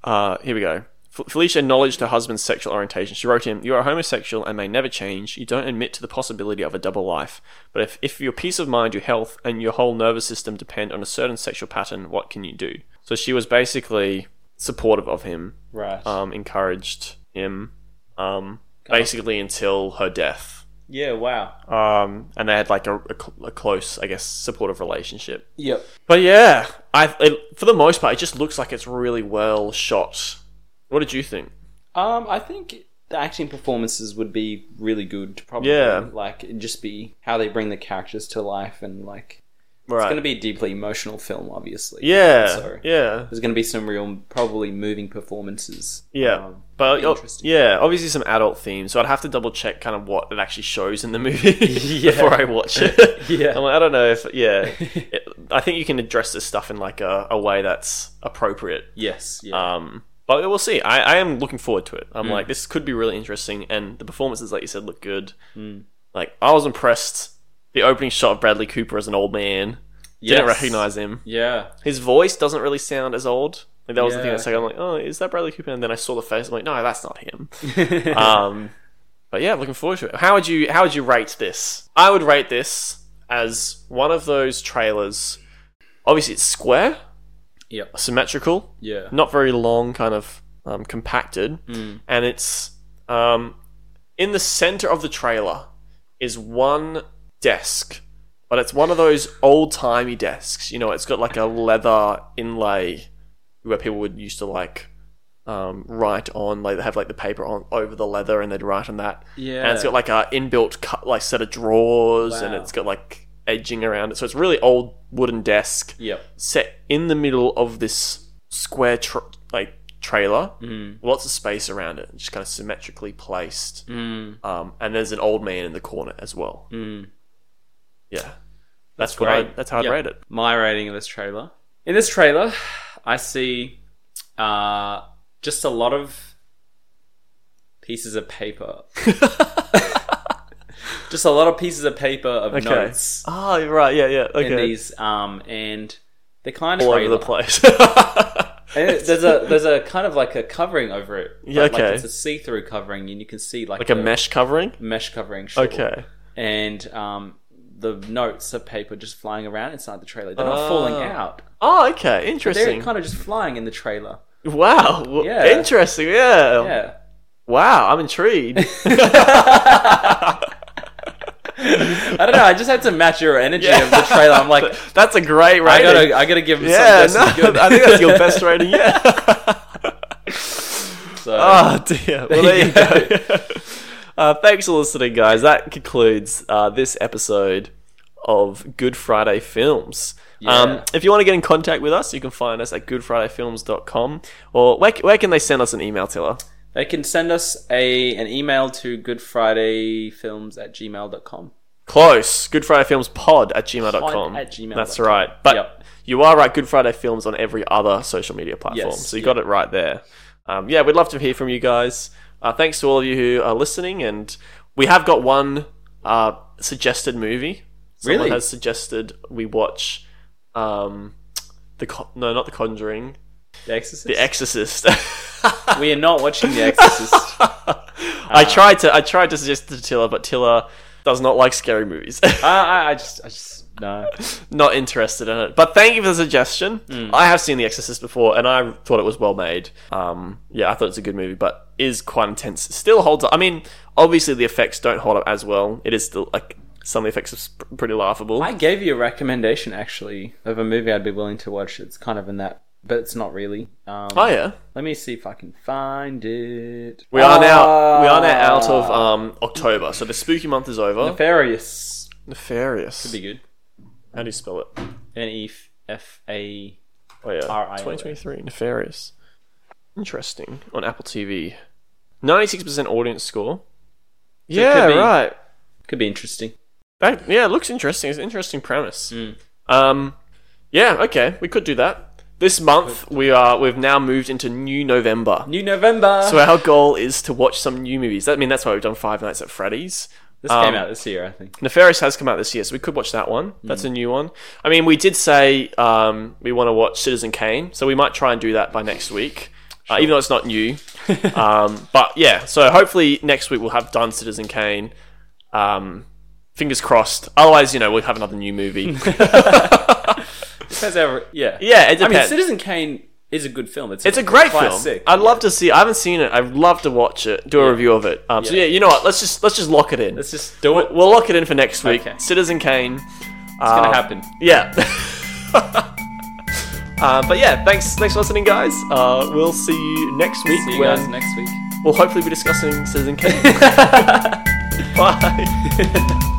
[SPEAKER 1] uh, "Here we go." F- Felicia acknowledged her husband's sexual orientation. She wrote him, "You are homosexual and may never change. You don't admit to the possibility of a double life. But if, if your peace of mind, your health, and your whole nervous system depend on a certain sexual pattern, what can you do?" So she was basically supportive of him Uh,
[SPEAKER 2] Right.
[SPEAKER 1] um, encouraged him um, basically until her death.
[SPEAKER 2] Yeah. Wow.
[SPEAKER 1] um, and they had like a, a cl- a close, I guess, supportive relationship.
[SPEAKER 2] Yep.
[SPEAKER 1] But yeah, I it, for the most part, it just looks like it's really well shot. What did you think?
[SPEAKER 2] Um, I think the acting performances would be really good. Probably.
[SPEAKER 1] Yeah.
[SPEAKER 2] Like it'd just be how they bring the characters to life and like
[SPEAKER 1] Right.
[SPEAKER 2] it's going to be a deeply emotional film, obviously.
[SPEAKER 1] yeah,
[SPEAKER 2] So
[SPEAKER 1] yeah,
[SPEAKER 2] there's going to be some real, probably moving performances.
[SPEAKER 1] yeah.
[SPEAKER 2] Um,
[SPEAKER 1] but uh,
[SPEAKER 2] interesting.
[SPEAKER 1] yeah, obviously some adult themes, so I'd have to double check kind of what it actually shows in the movie before I watch it.
[SPEAKER 2] Yeah.
[SPEAKER 1] I'm like, I don't know if yeah, It- I think you can address this stuff in like a, a way that's appropriate.
[SPEAKER 2] Yes. Yeah.
[SPEAKER 1] Um, but we'll see. I, I am looking forward to it. I'm
[SPEAKER 2] Hmm.
[SPEAKER 1] like, this could be really interesting, and the performances, like you said, look good.
[SPEAKER 2] Hmm.
[SPEAKER 1] Like I was impressed. The opening shot of Bradley Cooper as an old man.
[SPEAKER 2] Yes.
[SPEAKER 1] Didn't recognize him.
[SPEAKER 2] yeah.
[SPEAKER 1] His voice doesn't really sound as old. Like that was the thing
[SPEAKER 2] Yeah.
[SPEAKER 1] that second. I'm like, oh, is that Bradley Cooper? And then I saw the face. I'm like, no, that's not him. um, but yeah, looking forward to it. How would you How would you rate this? I would rate this as one of those trailers. Obviously, it's square,
[SPEAKER 2] Yep.
[SPEAKER 1] symmetrical
[SPEAKER 2] Yeah. Hmm.
[SPEAKER 1] not very long, kind of um, compacted, and it's um, in the center of the trailer is one desk, but it's one of those old timey desks. You know, it's got like a leather inlay where people would used to like um, write on, like they have like the paper on over the leather, and they'd write on that. and it's
[SPEAKER 2] Yeah.
[SPEAKER 1] got like a inbuilt cut, like set of drawers, and
[SPEAKER 2] Wow.
[SPEAKER 1] it's got like edging around it. So it's really old wooden desk
[SPEAKER 2] Yep.
[SPEAKER 1] set in the middle of this square tr like trailer,
[SPEAKER 2] Mm.
[SPEAKER 1] lots of space around it, just kind of symmetrically placed.
[SPEAKER 2] Mm.
[SPEAKER 1] Um, and there's an old man in the corner as well. Yeah, that's, what I,
[SPEAKER 2] great.
[SPEAKER 1] that's how I'd
[SPEAKER 2] Yep.
[SPEAKER 1] rate it.
[SPEAKER 2] my rating of this trailer. In this trailer, I see uh, just a lot of pieces of paper. just a lot of pieces of paper of notes
[SPEAKER 1] Ah, you're right. Yeah, yeah. Okay.
[SPEAKER 2] in these, um, and they're kind of
[SPEAKER 1] All over
[SPEAKER 2] trailer.
[SPEAKER 1] the place.
[SPEAKER 2] And it- there's a there's a kind of like a covering over it.
[SPEAKER 1] Yeah,
[SPEAKER 2] Like- Like
[SPEAKER 1] okay.
[SPEAKER 2] it's a see through covering, and you can see like
[SPEAKER 1] like a
[SPEAKER 2] the
[SPEAKER 1] mesh covering.
[SPEAKER 2] mesh covering. Sure.
[SPEAKER 1] Okay.
[SPEAKER 2] And um, the notes of paper just flying around inside the trailer. They're not falling
[SPEAKER 1] Ah.
[SPEAKER 2] out.
[SPEAKER 1] Oh, okay.
[SPEAKER 2] They're
[SPEAKER 1] Interesting.
[SPEAKER 2] kind of just flying in the trailer.
[SPEAKER 1] Wow. w-
[SPEAKER 2] Yeah.
[SPEAKER 1] Interesting. Yeah.
[SPEAKER 2] Yeah.
[SPEAKER 1] Wow. I'm intrigued.
[SPEAKER 2] I don't know. I just had to match your energy of the trailer. I'm like,
[SPEAKER 1] that's a great rating.
[SPEAKER 2] I gotta, I gotta give him
[SPEAKER 1] yeah.
[SPEAKER 2] some
[SPEAKER 1] No,
[SPEAKER 2] this is good.
[SPEAKER 1] I think that's your best rating yet.
[SPEAKER 2] So,
[SPEAKER 1] Oh dear. Well, there you go. uh, thanks for listening, guys. That concludes uh, this episode of Good Friday Films. Um,
[SPEAKER 2] Yeah.
[SPEAKER 1] if you want to get in contact with us, you can find us at goodfridayfilms.com or where, where can they send us an email, Tiller?
[SPEAKER 2] they can send us a an email to goodfridayfilms at gmail.com.
[SPEAKER 1] Close. Goodfridayfilmspod at gmail.com.
[SPEAKER 2] Pod at gmail.com.
[SPEAKER 1] That's right. But
[SPEAKER 2] Yep.
[SPEAKER 1] you are right, Good Friday Films on every other social media platform.
[SPEAKER 2] Yes,
[SPEAKER 1] so you got it right there. Um, yeah, we'd love to hear from you guys. Uh, thanks to all of you who are listening. And we have got one uh, suggested movie. Someone
[SPEAKER 2] Really?
[SPEAKER 1] has suggested we watch um, the Con- no, not the Conjuring,
[SPEAKER 2] The Exorcist.
[SPEAKER 1] The Exorcist.
[SPEAKER 2] we are not watching The Exorcist. Ah.
[SPEAKER 1] I tried to I tried to suggest it to Tiller, but Tiller does not like scary movies.
[SPEAKER 2] I, I, I just, I just, no.
[SPEAKER 1] not interested in it. But thank you for the suggestion.
[SPEAKER 2] Mm.
[SPEAKER 1] I have seen The Exorcist before, and I thought it was well made. Um, yeah, I thought it's a good movie, but is quite intense. Still holds up. I mean, obviously the effects don't hold up as well. It is still like some of the effects are sp- pretty laughable.
[SPEAKER 2] I gave you a recommendation actually of a movie I'd be willing to watch. It's kind of in that, but it's not really. Um,
[SPEAKER 1] oh yeah,
[SPEAKER 2] Let me see if I can find it. Ah,
[SPEAKER 1] we are now we are now out of um, October, so the spooky month is over.
[SPEAKER 2] Nefarious.
[SPEAKER 1] Nefarious.
[SPEAKER 2] Be good.
[SPEAKER 1] How do you spell it?
[SPEAKER 2] N E F A.
[SPEAKER 1] Oh yeah,
[SPEAKER 2] R I O N.
[SPEAKER 1] 2023 Nefarious. Interesting on Apple TV. 96% audience score. yeah,
[SPEAKER 2] could be-
[SPEAKER 1] right.
[SPEAKER 2] Could be interesting.
[SPEAKER 1] That, yeah, it looks interesting. It's an interesting premise. Um, yeah, okay, we could do that. This month we are we've now moved into new November.
[SPEAKER 2] New November.
[SPEAKER 1] So our goal is to watch some new movies. That- I mean, that's why we've done Five Nights at Freddy's.
[SPEAKER 2] this
[SPEAKER 1] um,
[SPEAKER 2] came out this year, I think.
[SPEAKER 1] Nefarious has come out this year, so we could watch that one. That's a new one. I mean, we did say um, we want to watch Citizen Kane, so we might try and do that by next week, uh, even though it's not new. um, but yeah, so hopefully next week we'll have done Citizen Kane. Um, fingers crossed. Otherwise, you know, we'll have another new movie.
[SPEAKER 2] Depends every, yeah.
[SPEAKER 1] yeah, it depends.
[SPEAKER 2] I mean, Citizen Kane is a good film. It's
[SPEAKER 1] It's a great
[SPEAKER 2] classic.
[SPEAKER 1] film. I'd love to see. I haven't seen it. I'd love to watch it. Do a review of it. Um, So
[SPEAKER 2] Yeah.
[SPEAKER 1] yeah, you know what? Let's just let's just lock it in.
[SPEAKER 2] Let's just do it. It's
[SPEAKER 1] we'll lock it in for next week.
[SPEAKER 2] Okay.
[SPEAKER 1] Citizen Kane. It's
[SPEAKER 2] gonna happen.
[SPEAKER 1] Yeah. uh, but yeah, thanks thanks for listening, guys. Uh, we'll see you next week
[SPEAKER 2] See you
[SPEAKER 1] when
[SPEAKER 2] guys next week.
[SPEAKER 1] we'll hopefully be discussing Citizen Kane. Bye.